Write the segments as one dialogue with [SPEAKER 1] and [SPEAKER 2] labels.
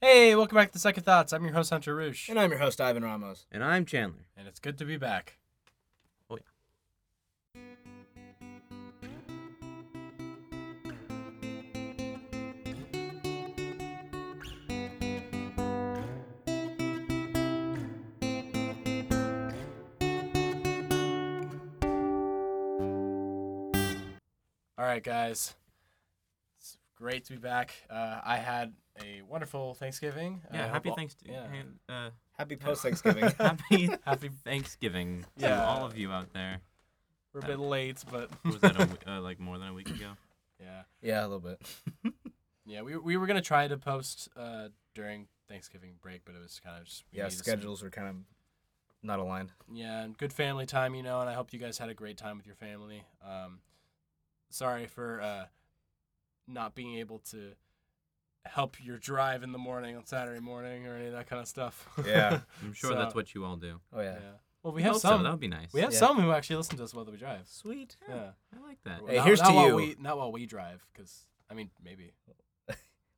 [SPEAKER 1] Hey, welcome back to Second Thoughts. I'm your host Hunter Roosh,
[SPEAKER 2] And I'm your host, Ivan Ramos.
[SPEAKER 3] And I'm Chandler.
[SPEAKER 1] and it's good to be back.
[SPEAKER 3] Oh,
[SPEAKER 1] All right, guys, it's great to be back. Uh, I had a wonderful Thanksgiving.
[SPEAKER 3] Yeah,
[SPEAKER 1] I hope
[SPEAKER 3] happy
[SPEAKER 1] all-
[SPEAKER 3] Thanksgiving.
[SPEAKER 1] yeah.
[SPEAKER 3] Uh,
[SPEAKER 2] Happy post Thanksgiving.
[SPEAKER 3] happy
[SPEAKER 1] Happy-
[SPEAKER 3] happy Thanksgiving to
[SPEAKER 1] Yeah.
[SPEAKER 3] all of you out there.
[SPEAKER 1] We're a bit late, but
[SPEAKER 3] What was that a, we- uh, like more than a week ago?
[SPEAKER 1] yeah,
[SPEAKER 2] yeah, a little bit.
[SPEAKER 1] yeah. We we were gonna try to post uh, during Thanksgiving break, but it was kind of just we
[SPEAKER 2] Yeah,
[SPEAKER 1] needed some-
[SPEAKER 2] schedules were kind of not aligned.
[SPEAKER 1] yeah, and good family time, you know. And I hope you guys had a great time with your family. Um, sorry for uh, not being able to help your drive in the morning on Saturday morning or any of that kind of stuff.
[SPEAKER 2] Yeah.
[SPEAKER 3] I'm sure
[SPEAKER 1] So-
[SPEAKER 3] that's what you all do.
[SPEAKER 2] Oh yeah.
[SPEAKER 1] yeah. Well, we have
[SPEAKER 3] Hope so,
[SPEAKER 1] some.
[SPEAKER 3] That would be nice.
[SPEAKER 1] we have
[SPEAKER 2] Yeah.
[SPEAKER 1] some who actually listen to us while we drive.
[SPEAKER 3] Sweet. Yeah,
[SPEAKER 1] Yeah.
[SPEAKER 3] I like that.
[SPEAKER 2] Hey,
[SPEAKER 1] Not-
[SPEAKER 2] here's
[SPEAKER 1] not
[SPEAKER 2] to
[SPEAKER 1] while
[SPEAKER 2] you.
[SPEAKER 1] We, not while we drive, because I mean, maybe.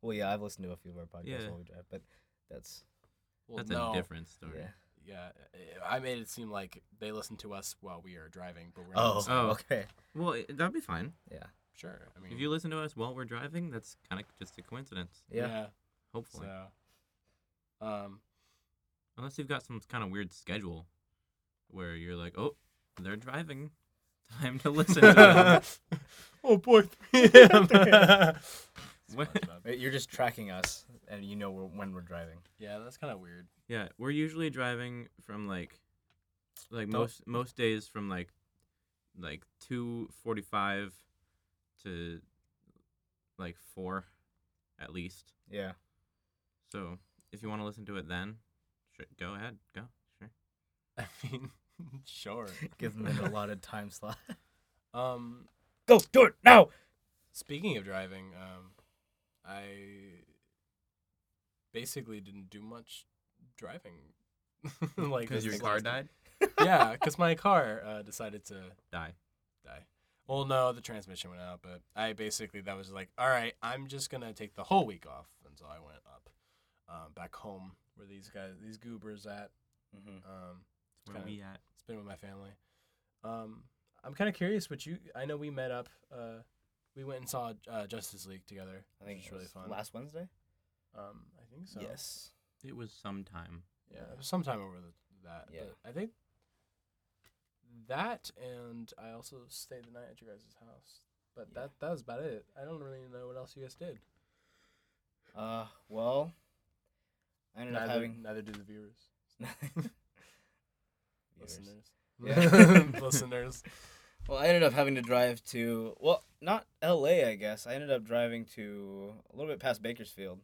[SPEAKER 2] Well, yeah, I've listened to a few of our podcasts
[SPEAKER 3] Yeah.
[SPEAKER 2] while we drive, but that's
[SPEAKER 1] Well,
[SPEAKER 3] That's
[SPEAKER 1] no.
[SPEAKER 3] a different story.
[SPEAKER 2] yeah.
[SPEAKER 1] Yeah, I I made it seem like they listen to us while we are driving, but we're not
[SPEAKER 2] Oh,
[SPEAKER 1] listening.
[SPEAKER 3] Oh.
[SPEAKER 2] okay.
[SPEAKER 3] Well, it, that'd be fine.
[SPEAKER 2] Yeah.
[SPEAKER 1] sure. I mean,
[SPEAKER 3] If you listen to us while we're driving, that's kind of just a coincidence.
[SPEAKER 2] Yeah.
[SPEAKER 3] Hopefully,
[SPEAKER 1] so, um,
[SPEAKER 3] unless you've got some kind of weird schedule where you're like, oh, they're driving. Time to listen to them.
[SPEAKER 1] oh boy, 3 a.m.
[SPEAKER 3] What?
[SPEAKER 2] Uh, You're just tracking us, and you know we're, when we're driving.
[SPEAKER 1] yeah, that's kind of weird.
[SPEAKER 3] Yeah, we're usually driving from like, like
[SPEAKER 2] Don't-
[SPEAKER 3] most most days from like, like two forty five, to, like four, at least.
[SPEAKER 2] Yeah.
[SPEAKER 3] So if you want to listen to it then, sure, go ahead, go. Sure.
[SPEAKER 1] I mean, sure.
[SPEAKER 2] Give them an allotted time slot.
[SPEAKER 1] Um,
[SPEAKER 2] Go do it now.
[SPEAKER 1] speaking of driving, um, I basically didn't do much driving. like this next last-
[SPEAKER 3] died.
[SPEAKER 1] yeah, because my car uh, decided to
[SPEAKER 3] Die.
[SPEAKER 1] die. Well, no, the transmission went out, but I basically that was like, all right, I'm just gonna take the whole week off, and so I went up um, back home where these guys, these goobers at.
[SPEAKER 2] Mm-hmm.
[SPEAKER 1] Um,
[SPEAKER 3] Where
[SPEAKER 1] Kinda.
[SPEAKER 3] we at?
[SPEAKER 1] it's been with my family. Um, I'm kind of curious what you. I know we met up. Uh, we went and saw uh, Justice League together.
[SPEAKER 2] I think
[SPEAKER 1] which
[SPEAKER 2] it's
[SPEAKER 1] was really fun.
[SPEAKER 2] Last Wednesday.
[SPEAKER 1] um, I think so.
[SPEAKER 2] Yes.
[SPEAKER 3] It was sometime.
[SPEAKER 1] Yeah, it was sometime over the, that.
[SPEAKER 2] Yeah.
[SPEAKER 1] But I think that, and I also stayed the night at your guys' house. But
[SPEAKER 2] Yeah.
[SPEAKER 1] that that was about it. I don't really know what else you guys did.
[SPEAKER 2] Uh, well, I ended up
[SPEAKER 1] neither,
[SPEAKER 2] having.
[SPEAKER 1] neither do the viewers,
[SPEAKER 2] Viewers.
[SPEAKER 1] listeners,
[SPEAKER 2] Yeah.
[SPEAKER 1] listeners.
[SPEAKER 2] Well, I ended up having to drive to well, not L.A. I guess. I ended up driving to a little bit past Bakersfield,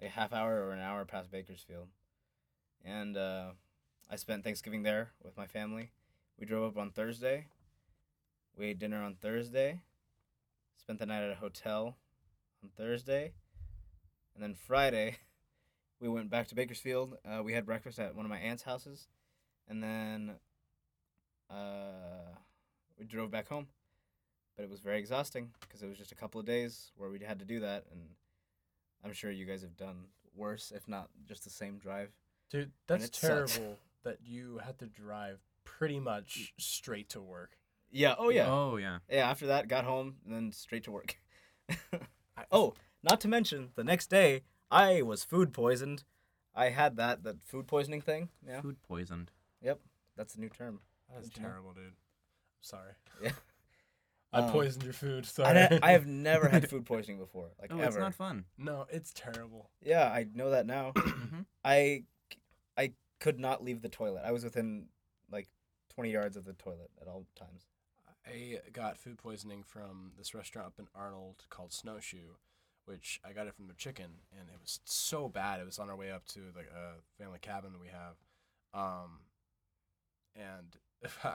[SPEAKER 2] like a half hour or an hour past Bakersfield, and uh, I spent Thanksgiving there with my family. We drove up on Thursday. We ate dinner on Thursday. Spent the night at a hotel on Thursday, and then Friday, we went back to Bakersfield. Uh, we had breakfast at one of my aunt's houses, and then. Uh, we drove back home. But it was very exhausting because it was just a couple of days where we had to do that, and I'm sure you guys have done worse, if not just the same drive.
[SPEAKER 1] Dude, that's
[SPEAKER 2] it sucked.
[SPEAKER 1] terrible that you had to drive pretty much straight to work.
[SPEAKER 2] Yeah. Oh yeah.
[SPEAKER 3] Oh yeah.
[SPEAKER 2] Yeah. After that, got home and then straight to work.
[SPEAKER 1] I-
[SPEAKER 2] oh, not to mention the next day I was food poisoned. I had that that food poisoning thing. Yeah.
[SPEAKER 3] Food poisoned.
[SPEAKER 2] Yep. That's a new term.
[SPEAKER 1] that's
[SPEAKER 2] Did you know?
[SPEAKER 1] terrible, dude. Sorry.
[SPEAKER 2] Yeah.
[SPEAKER 1] I
[SPEAKER 2] Um,
[SPEAKER 1] poisoned your food.
[SPEAKER 2] I,
[SPEAKER 1] Sorry.
[SPEAKER 2] ne- I have never had food poisoning before, like
[SPEAKER 3] Oh,
[SPEAKER 2] ever.
[SPEAKER 3] it's not fun.
[SPEAKER 1] no, it's terrible.
[SPEAKER 2] Yeah, I know that now.
[SPEAKER 3] Mhm.
[SPEAKER 2] I I could not leave the toilet. I was within like 20 yards of the toilet at all times.
[SPEAKER 1] I got food poisoning from this restaurant up in Arnold called Snowshoe, which I got it from their chicken, and it was so bad. It was on our way up to the uh, family cabin that we have, um, and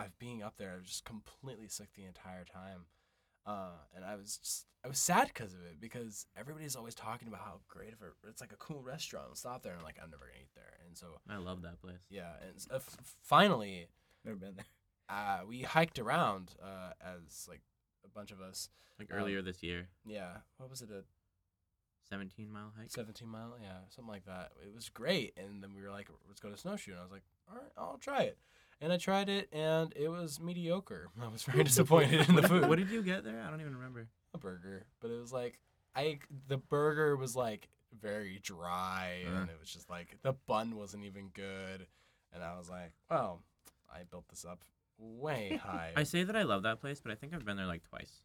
[SPEAKER 1] being up there, I was just completely sick the entire time, uh, and I was just I was sad because of it because everybody's always talking about how great of a it's like a cool restaurant. Let's stop there, and I'm like I'm never gonna eat there, and so
[SPEAKER 3] I love that place.
[SPEAKER 1] yeah, and s- uh, f- finally
[SPEAKER 2] Never been there.
[SPEAKER 1] uh, we hiked around uh, as like a bunch of us.
[SPEAKER 3] Like
[SPEAKER 1] Um,
[SPEAKER 2] Uh,
[SPEAKER 3] earlier this year,
[SPEAKER 1] Yeah, what was it? A
[SPEAKER 3] 17 mile hike.
[SPEAKER 1] 17 mile, yeah, something like that. It was great. And then we were like, let's go to snowshoe. And I was like, all right, I'll try it. And I tried it, and it was mediocre. I was very disappointed in the food.
[SPEAKER 3] what did you get there? I don't even remember.
[SPEAKER 1] a burger, but it was like I the burger was like very dry, and
[SPEAKER 3] Uh.
[SPEAKER 1] it was just like the bun wasn't even good, and I was like, well, I built this up way high.
[SPEAKER 3] I say that I love that place, but I think I've been there like twice.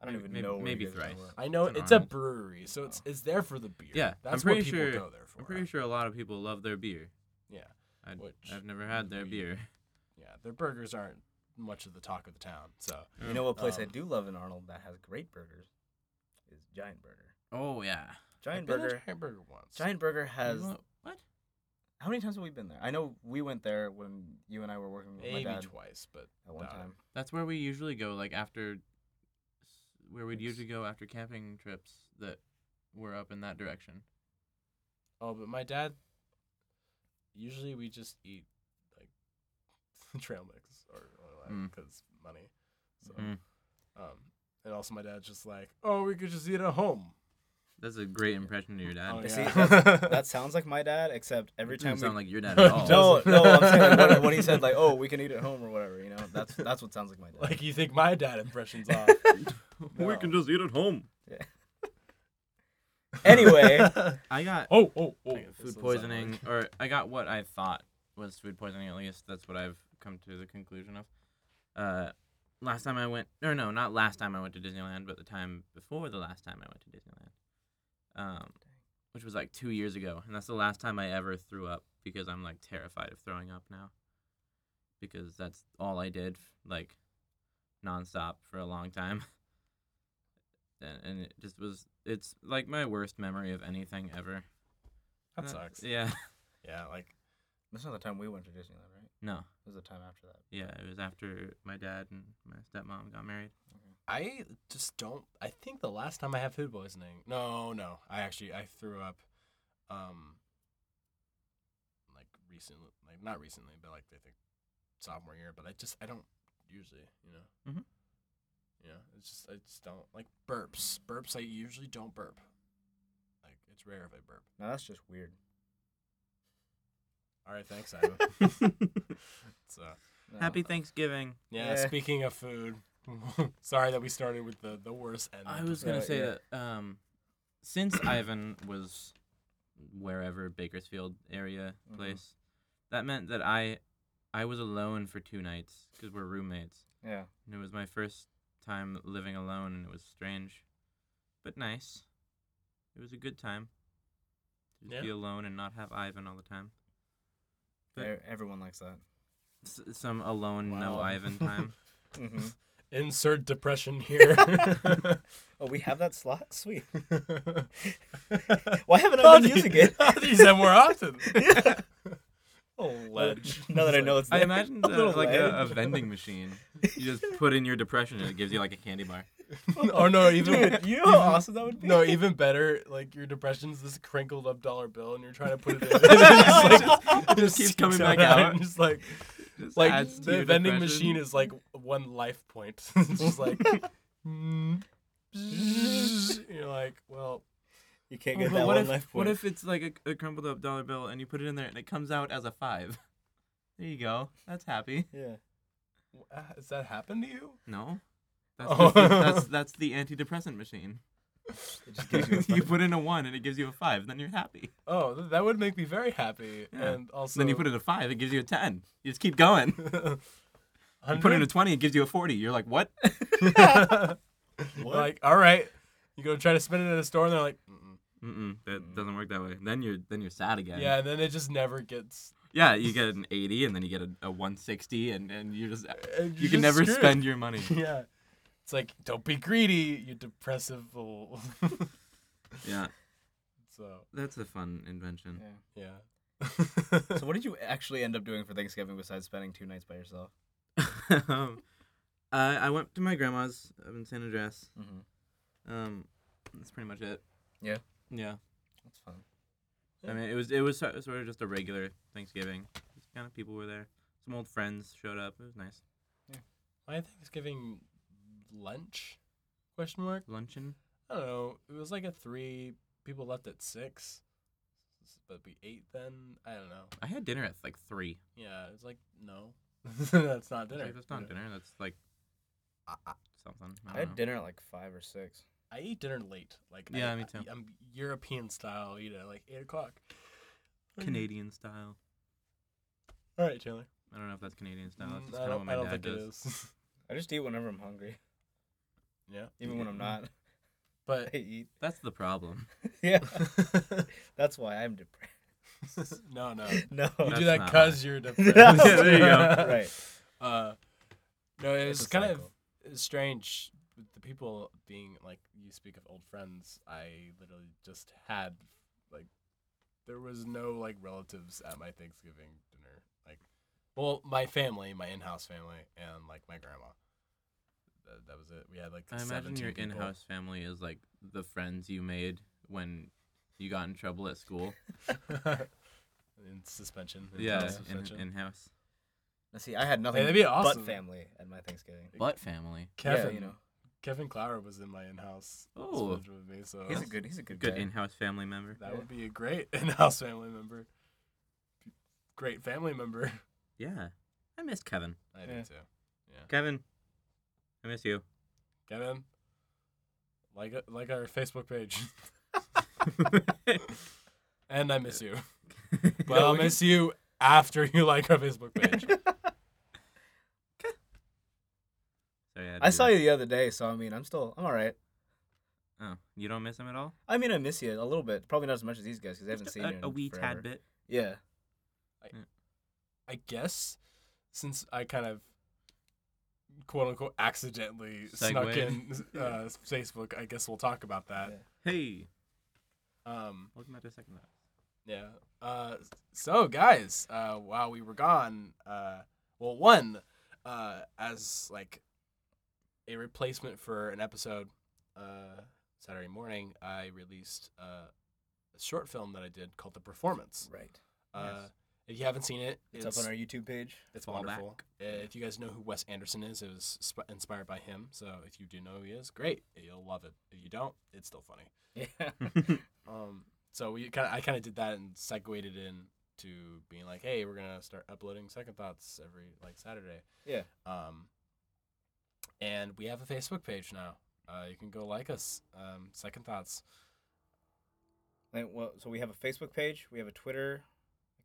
[SPEAKER 2] I don't
[SPEAKER 3] Maybe-
[SPEAKER 2] even
[SPEAKER 3] maybe-
[SPEAKER 2] know. where
[SPEAKER 3] maybe
[SPEAKER 2] you guys
[SPEAKER 3] thrice.
[SPEAKER 2] were.
[SPEAKER 1] I know
[SPEAKER 3] It's an
[SPEAKER 1] it's, a
[SPEAKER 3] Arnold.
[SPEAKER 1] brewery, so it's it's there for the beer.
[SPEAKER 3] Oh. Yeah, I'm
[SPEAKER 1] that's
[SPEAKER 3] pretty
[SPEAKER 1] what people
[SPEAKER 3] sure-
[SPEAKER 1] go there for.
[SPEAKER 3] I'm pretty sure a lot of people love their beer.
[SPEAKER 1] Yeah,
[SPEAKER 3] I,
[SPEAKER 1] Which
[SPEAKER 3] I've never had their
[SPEAKER 1] we-
[SPEAKER 3] beer.
[SPEAKER 1] yeah, their burgers aren't much of the talk of the town. So
[SPEAKER 2] You know what place I
[SPEAKER 1] Um,
[SPEAKER 2] do love in Arnold that has great burgers is Giant Burger.
[SPEAKER 3] Oh yeah.
[SPEAKER 2] Giant
[SPEAKER 1] I've been to
[SPEAKER 2] Burger.
[SPEAKER 1] Giant Burger once.
[SPEAKER 2] Giant Burger has.
[SPEAKER 3] You know- what?
[SPEAKER 2] How many times have we been there? I know we went there when you and I were working with
[SPEAKER 1] maybe
[SPEAKER 2] my dad
[SPEAKER 1] twice, but
[SPEAKER 2] at one
[SPEAKER 1] doubt it.
[SPEAKER 2] time.
[SPEAKER 3] That's where we usually go, like after, where we'd
[SPEAKER 2] Yes.
[SPEAKER 3] usually go after camping trips that were up in that direction.
[SPEAKER 1] Oh, but my dad. Usually we just eat like trail mix or, or like
[SPEAKER 3] Mm.
[SPEAKER 1] because money. So
[SPEAKER 3] Mm.
[SPEAKER 1] um, and also my dad's just like, oh, we could just eat at home.
[SPEAKER 3] That's a great impression of your dad.
[SPEAKER 1] Oh,
[SPEAKER 2] You
[SPEAKER 1] yeah.
[SPEAKER 2] See, that's, that sounds like my dad, except every
[SPEAKER 3] It
[SPEAKER 2] time
[SPEAKER 3] doesn't
[SPEAKER 2] we
[SPEAKER 3] sound like your dad
[SPEAKER 1] No,
[SPEAKER 3] at
[SPEAKER 1] it
[SPEAKER 3] all.
[SPEAKER 2] no,
[SPEAKER 1] doesn't.
[SPEAKER 2] no, I'm saying what, what he said, like, oh, we can eat at home or whatever, you know. That's that's what sounds like my dad.
[SPEAKER 1] like you think my dad impressions off.
[SPEAKER 3] We can just eat at home.
[SPEAKER 2] anyway,
[SPEAKER 3] I got
[SPEAKER 1] oh, oh, oh.
[SPEAKER 3] I got food poisoning, or I got what I thought was food poisoning. At least that's what I've come to the conclusion of. Uh, last time I went, or no, not last time I went to Disneyland, but the time before the last time I went to Disneyland, um, which was like two years ago, and that's the last time I ever threw up because I'm like terrified of throwing up now, because that's all I did like nonstop for a long time. And and it just was, it's like my worst memory of anything ever.
[SPEAKER 1] That
[SPEAKER 3] Uh,
[SPEAKER 1] sucks.
[SPEAKER 3] Yeah.
[SPEAKER 1] Yeah, like
[SPEAKER 2] that's not the time we went to Disneyland, right?
[SPEAKER 3] No.
[SPEAKER 2] It was the time after that.
[SPEAKER 3] Yeah, it was after my dad and my stepmom got married.
[SPEAKER 1] I just don't. I think the last time I had food poisoning. No, no. I actually I threw up, um, like recently, like not recently, but like I think sophomore year. But I just I don't usually, you know.
[SPEAKER 3] Mhm.
[SPEAKER 1] Yeah, it's just I just don't like burps. Burps. I usually don't burp. Like it's rare if I burp.
[SPEAKER 2] No, that's just weird.
[SPEAKER 1] All right, thanks, Ivan. so
[SPEAKER 2] No.
[SPEAKER 3] Happy Thanksgiving.
[SPEAKER 1] yeah,
[SPEAKER 2] Yeah.
[SPEAKER 1] Speaking of food, sorry that we started with the the worst end. Uh,
[SPEAKER 3] I was
[SPEAKER 2] Yeah,
[SPEAKER 3] gonna say
[SPEAKER 2] yeah.
[SPEAKER 3] that um, since Ivan was wherever Bakersfield area
[SPEAKER 2] Mhm.
[SPEAKER 3] place, that meant that I I was alone for two nights because we're roommates,
[SPEAKER 2] Yeah.
[SPEAKER 3] and it was my first time living alone, and it was strange, but nice. It was a good time. to Just
[SPEAKER 1] Yeah.
[SPEAKER 3] be alone and not have Ivan all the time. But-
[SPEAKER 2] E- Everyone likes that.
[SPEAKER 3] S- some alone, no
[SPEAKER 1] Wow.
[SPEAKER 3] Ivan time.
[SPEAKER 2] hmm
[SPEAKER 1] Insert depression here.
[SPEAKER 2] Oh, we have that slot? Sweet.
[SPEAKER 1] Why
[SPEAKER 2] Why haven't I been using it?
[SPEAKER 1] These have more often.
[SPEAKER 2] Yeah.
[SPEAKER 1] A ledge.
[SPEAKER 2] Now that I know it's
[SPEAKER 3] I
[SPEAKER 2] there.
[SPEAKER 3] imagine
[SPEAKER 2] A
[SPEAKER 3] that
[SPEAKER 2] little
[SPEAKER 3] like a, a
[SPEAKER 2] ledge.
[SPEAKER 3] vending machine. You just put in your depression and it gives you like a candy bar.
[SPEAKER 1] Or no, even
[SPEAKER 2] Dude, you know how awesome that would be?
[SPEAKER 1] no, even better. Like your depression's this crinkled up dollar bill, and you're trying to put it in. and it just, like, it just
[SPEAKER 3] keeps
[SPEAKER 1] sticks
[SPEAKER 3] coming back out.
[SPEAKER 1] and just like
[SPEAKER 3] Just
[SPEAKER 1] like
[SPEAKER 3] adds to
[SPEAKER 1] the
[SPEAKER 3] your
[SPEAKER 1] vending
[SPEAKER 3] depression.
[SPEAKER 1] machine is like one life point. it's just like. mm, You're like, well,
[SPEAKER 2] You can't
[SPEAKER 3] Oh, But
[SPEAKER 2] get that
[SPEAKER 3] what
[SPEAKER 2] one
[SPEAKER 3] if
[SPEAKER 2] life
[SPEAKER 3] what
[SPEAKER 2] point.
[SPEAKER 3] if it's like a, a crumpled up dollar bill and you put it in there and it comes out as a five? There you go. That's happy.
[SPEAKER 2] Yeah.
[SPEAKER 1] uh, has that happened to you?
[SPEAKER 3] No. That's,
[SPEAKER 1] Oh.
[SPEAKER 3] just the, that's that's the antidepressant machine.
[SPEAKER 2] It just gives you a
[SPEAKER 3] you
[SPEAKER 2] five.
[SPEAKER 3] put in a one and it gives you a five. Then you're happy.
[SPEAKER 1] Oh, th- that would make me very happy.
[SPEAKER 3] Yeah.
[SPEAKER 1] And also,
[SPEAKER 3] then you put in a five, it gives you a ten. You just keep going. You put in a twenty, it gives you a forty. You're like, what?
[SPEAKER 1] Like, all right, you go try to spend it at a store, and they're like, Mm-mm.
[SPEAKER 3] Mm-mm, that doesn't work that way. Then you're then you're sad again.
[SPEAKER 1] Mm. yeah, and then it just never gets.
[SPEAKER 3] Yeah, you get an 80 and then you get a, a 160 and, and you just
[SPEAKER 1] and
[SPEAKER 3] you
[SPEAKER 1] you're just
[SPEAKER 3] can never
[SPEAKER 1] screwed.
[SPEAKER 3] spend your money.
[SPEAKER 1] Yeah, it's like don't be greedy, you depressive fool.
[SPEAKER 3] Yeah,
[SPEAKER 1] so
[SPEAKER 3] that's a fun invention.
[SPEAKER 2] Yeah.
[SPEAKER 1] yeah.
[SPEAKER 2] So what did you actually end up doing for Thanksgiving besides spending two nights by yourself?
[SPEAKER 3] um, I I went to my grandma's up in San Andreas.
[SPEAKER 2] Mm-hmm.
[SPEAKER 3] Um, that's pretty much it.
[SPEAKER 2] Yeah.
[SPEAKER 3] Yeah.
[SPEAKER 2] That's fun.
[SPEAKER 3] I mean, it was it was so- sort of just a regular Thanksgiving. Just kind of people were there. Some old friends showed up. It was nice.
[SPEAKER 1] My Thanksgiving lunch? Question mark.
[SPEAKER 3] Luncheon.
[SPEAKER 1] I don't know. It was like a three. People left at six, but we ate then. I don't know.
[SPEAKER 3] I had dinner at like three.
[SPEAKER 1] Yeah, it's like no, that's not
[SPEAKER 3] It's
[SPEAKER 1] dinner.
[SPEAKER 3] Like, that's not dinner. That's like
[SPEAKER 1] I, I-
[SPEAKER 3] something. I
[SPEAKER 2] I
[SPEAKER 3] don't
[SPEAKER 2] had
[SPEAKER 3] know.
[SPEAKER 2] dinner at like five or six.
[SPEAKER 1] I eat dinner late. Like I-
[SPEAKER 3] Yeah, me
[SPEAKER 1] I-
[SPEAKER 3] too.
[SPEAKER 1] I'm European style. Eat at like eight o'clock.
[SPEAKER 3] Mm-hmm.
[SPEAKER 1] Mm-hmm.
[SPEAKER 3] Canadian style.
[SPEAKER 1] All right, Taylor.
[SPEAKER 3] I don't know if that's Canadian style. That's
[SPEAKER 1] Mm,
[SPEAKER 3] just
[SPEAKER 1] I
[SPEAKER 3] kind of what
[SPEAKER 1] don't,
[SPEAKER 3] my
[SPEAKER 1] I don't
[SPEAKER 3] dad
[SPEAKER 1] think
[SPEAKER 3] does.
[SPEAKER 1] it is.
[SPEAKER 2] I just eat whenever I'm hungry,
[SPEAKER 1] yeah,
[SPEAKER 2] even when I'm not.
[SPEAKER 1] but
[SPEAKER 2] I eat.
[SPEAKER 3] That's the problem.
[SPEAKER 2] Yeah, that's why I'm depressed.
[SPEAKER 1] no, no.
[SPEAKER 2] No,
[SPEAKER 1] Oh. You
[SPEAKER 3] That's
[SPEAKER 1] do that
[SPEAKER 3] not
[SPEAKER 1] because you're depressed.
[SPEAKER 2] Yeah,
[SPEAKER 3] there you go.
[SPEAKER 2] right.
[SPEAKER 1] Uh, no, it
[SPEAKER 2] It's
[SPEAKER 1] was
[SPEAKER 2] a
[SPEAKER 1] kind of
[SPEAKER 2] cycle.
[SPEAKER 1] strange. with The people being like, you speak of old friends. I literally just had like, there was no like relatives at my Thanksgiving dinner. Like, well, my family, my in-house family, and like my grandma. That, that was it. We had like.
[SPEAKER 3] I imagine
[SPEAKER 1] 17
[SPEAKER 3] your
[SPEAKER 1] people.
[SPEAKER 3] in-house family is like the friends you made when you got in trouble at school.
[SPEAKER 1] in suspension. in
[SPEAKER 3] yeah,
[SPEAKER 1] total
[SPEAKER 3] in,
[SPEAKER 1] suspension.
[SPEAKER 3] in-house.
[SPEAKER 2] Now, See, I had nothing
[SPEAKER 1] that'd be awesome.
[SPEAKER 2] but family at my Thanksgiving.
[SPEAKER 3] But family.
[SPEAKER 1] Kevin,
[SPEAKER 2] Yeah, you know,
[SPEAKER 1] Kevin Clower was in my in-house.
[SPEAKER 3] Oh.
[SPEAKER 1] sponge with me. So
[SPEAKER 2] he's a good, he's a good,
[SPEAKER 3] Good
[SPEAKER 2] guy.
[SPEAKER 3] in-house family member.
[SPEAKER 1] That
[SPEAKER 2] Yeah.
[SPEAKER 1] would be a great in-house family member. Great family member.
[SPEAKER 3] Yeah. I miss Kevin.
[SPEAKER 1] I do
[SPEAKER 2] Yeah.
[SPEAKER 1] too.
[SPEAKER 3] Kevin, I miss you.
[SPEAKER 1] Kevin, like uh, like our Facebook page, and I miss you. But I'll miss you after you like our Facebook page.
[SPEAKER 3] Sorry, had to
[SPEAKER 2] I
[SPEAKER 3] do
[SPEAKER 2] saw
[SPEAKER 3] that.
[SPEAKER 2] you the other day, so I mean, I'm still, I'm all right.
[SPEAKER 3] Oh, you don't miss him at all?
[SPEAKER 2] I mean, I miss you a little bit. Probably not as much as these guys because I haven't
[SPEAKER 3] Just
[SPEAKER 2] seen you
[SPEAKER 3] a,
[SPEAKER 2] in
[SPEAKER 3] a wee
[SPEAKER 2] forever.
[SPEAKER 3] tad bit.
[SPEAKER 2] Yeah.
[SPEAKER 1] I guess since I kind of quote unquote accidentally snuck in
[SPEAKER 3] Segue.
[SPEAKER 1] uh, Facebook, I guess we'll talk about that.
[SPEAKER 3] Hey,
[SPEAKER 1] Um,
[SPEAKER 3] welcome back to second Life.
[SPEAKER 1] Yeah. Uh, so guys, uh, while we were gone, uh, well, one, uh, as like a replacement for an episode, uh, Saturday morning, I released uh, a short film that I did called The Performance.
[SPEAKER 2] Right.
[SPEAKER 1] Uh, if you haven't seen it,
[SPEAKER 2] It's, up on our YouTube page.
[SPEAKER 1] it's
[SPEAKER 3] Fall back.
[SPEAKER 1] wonderful. Uh, If you guys know who Wes Anderson is, it was sp- inspired by him. So if you do know who he is, great, you'll love it. If you don't, it's still funny.
[SPEAKER 2] Yeah.
[SPEAKER 1] Um, so we kind of I kind of did that and segued it in to being like, hey, we're gonna start uploading Second Thoughts every like Saturday.
[SPEAKER 2] Yeah.
[SPEAKER 1] Um, and we have a Facebook page now. Uh, you can go like us. Um, Second Thoughts.
[SPEAKER 2] Like, well, so we have a Facebook page. We have a Twitter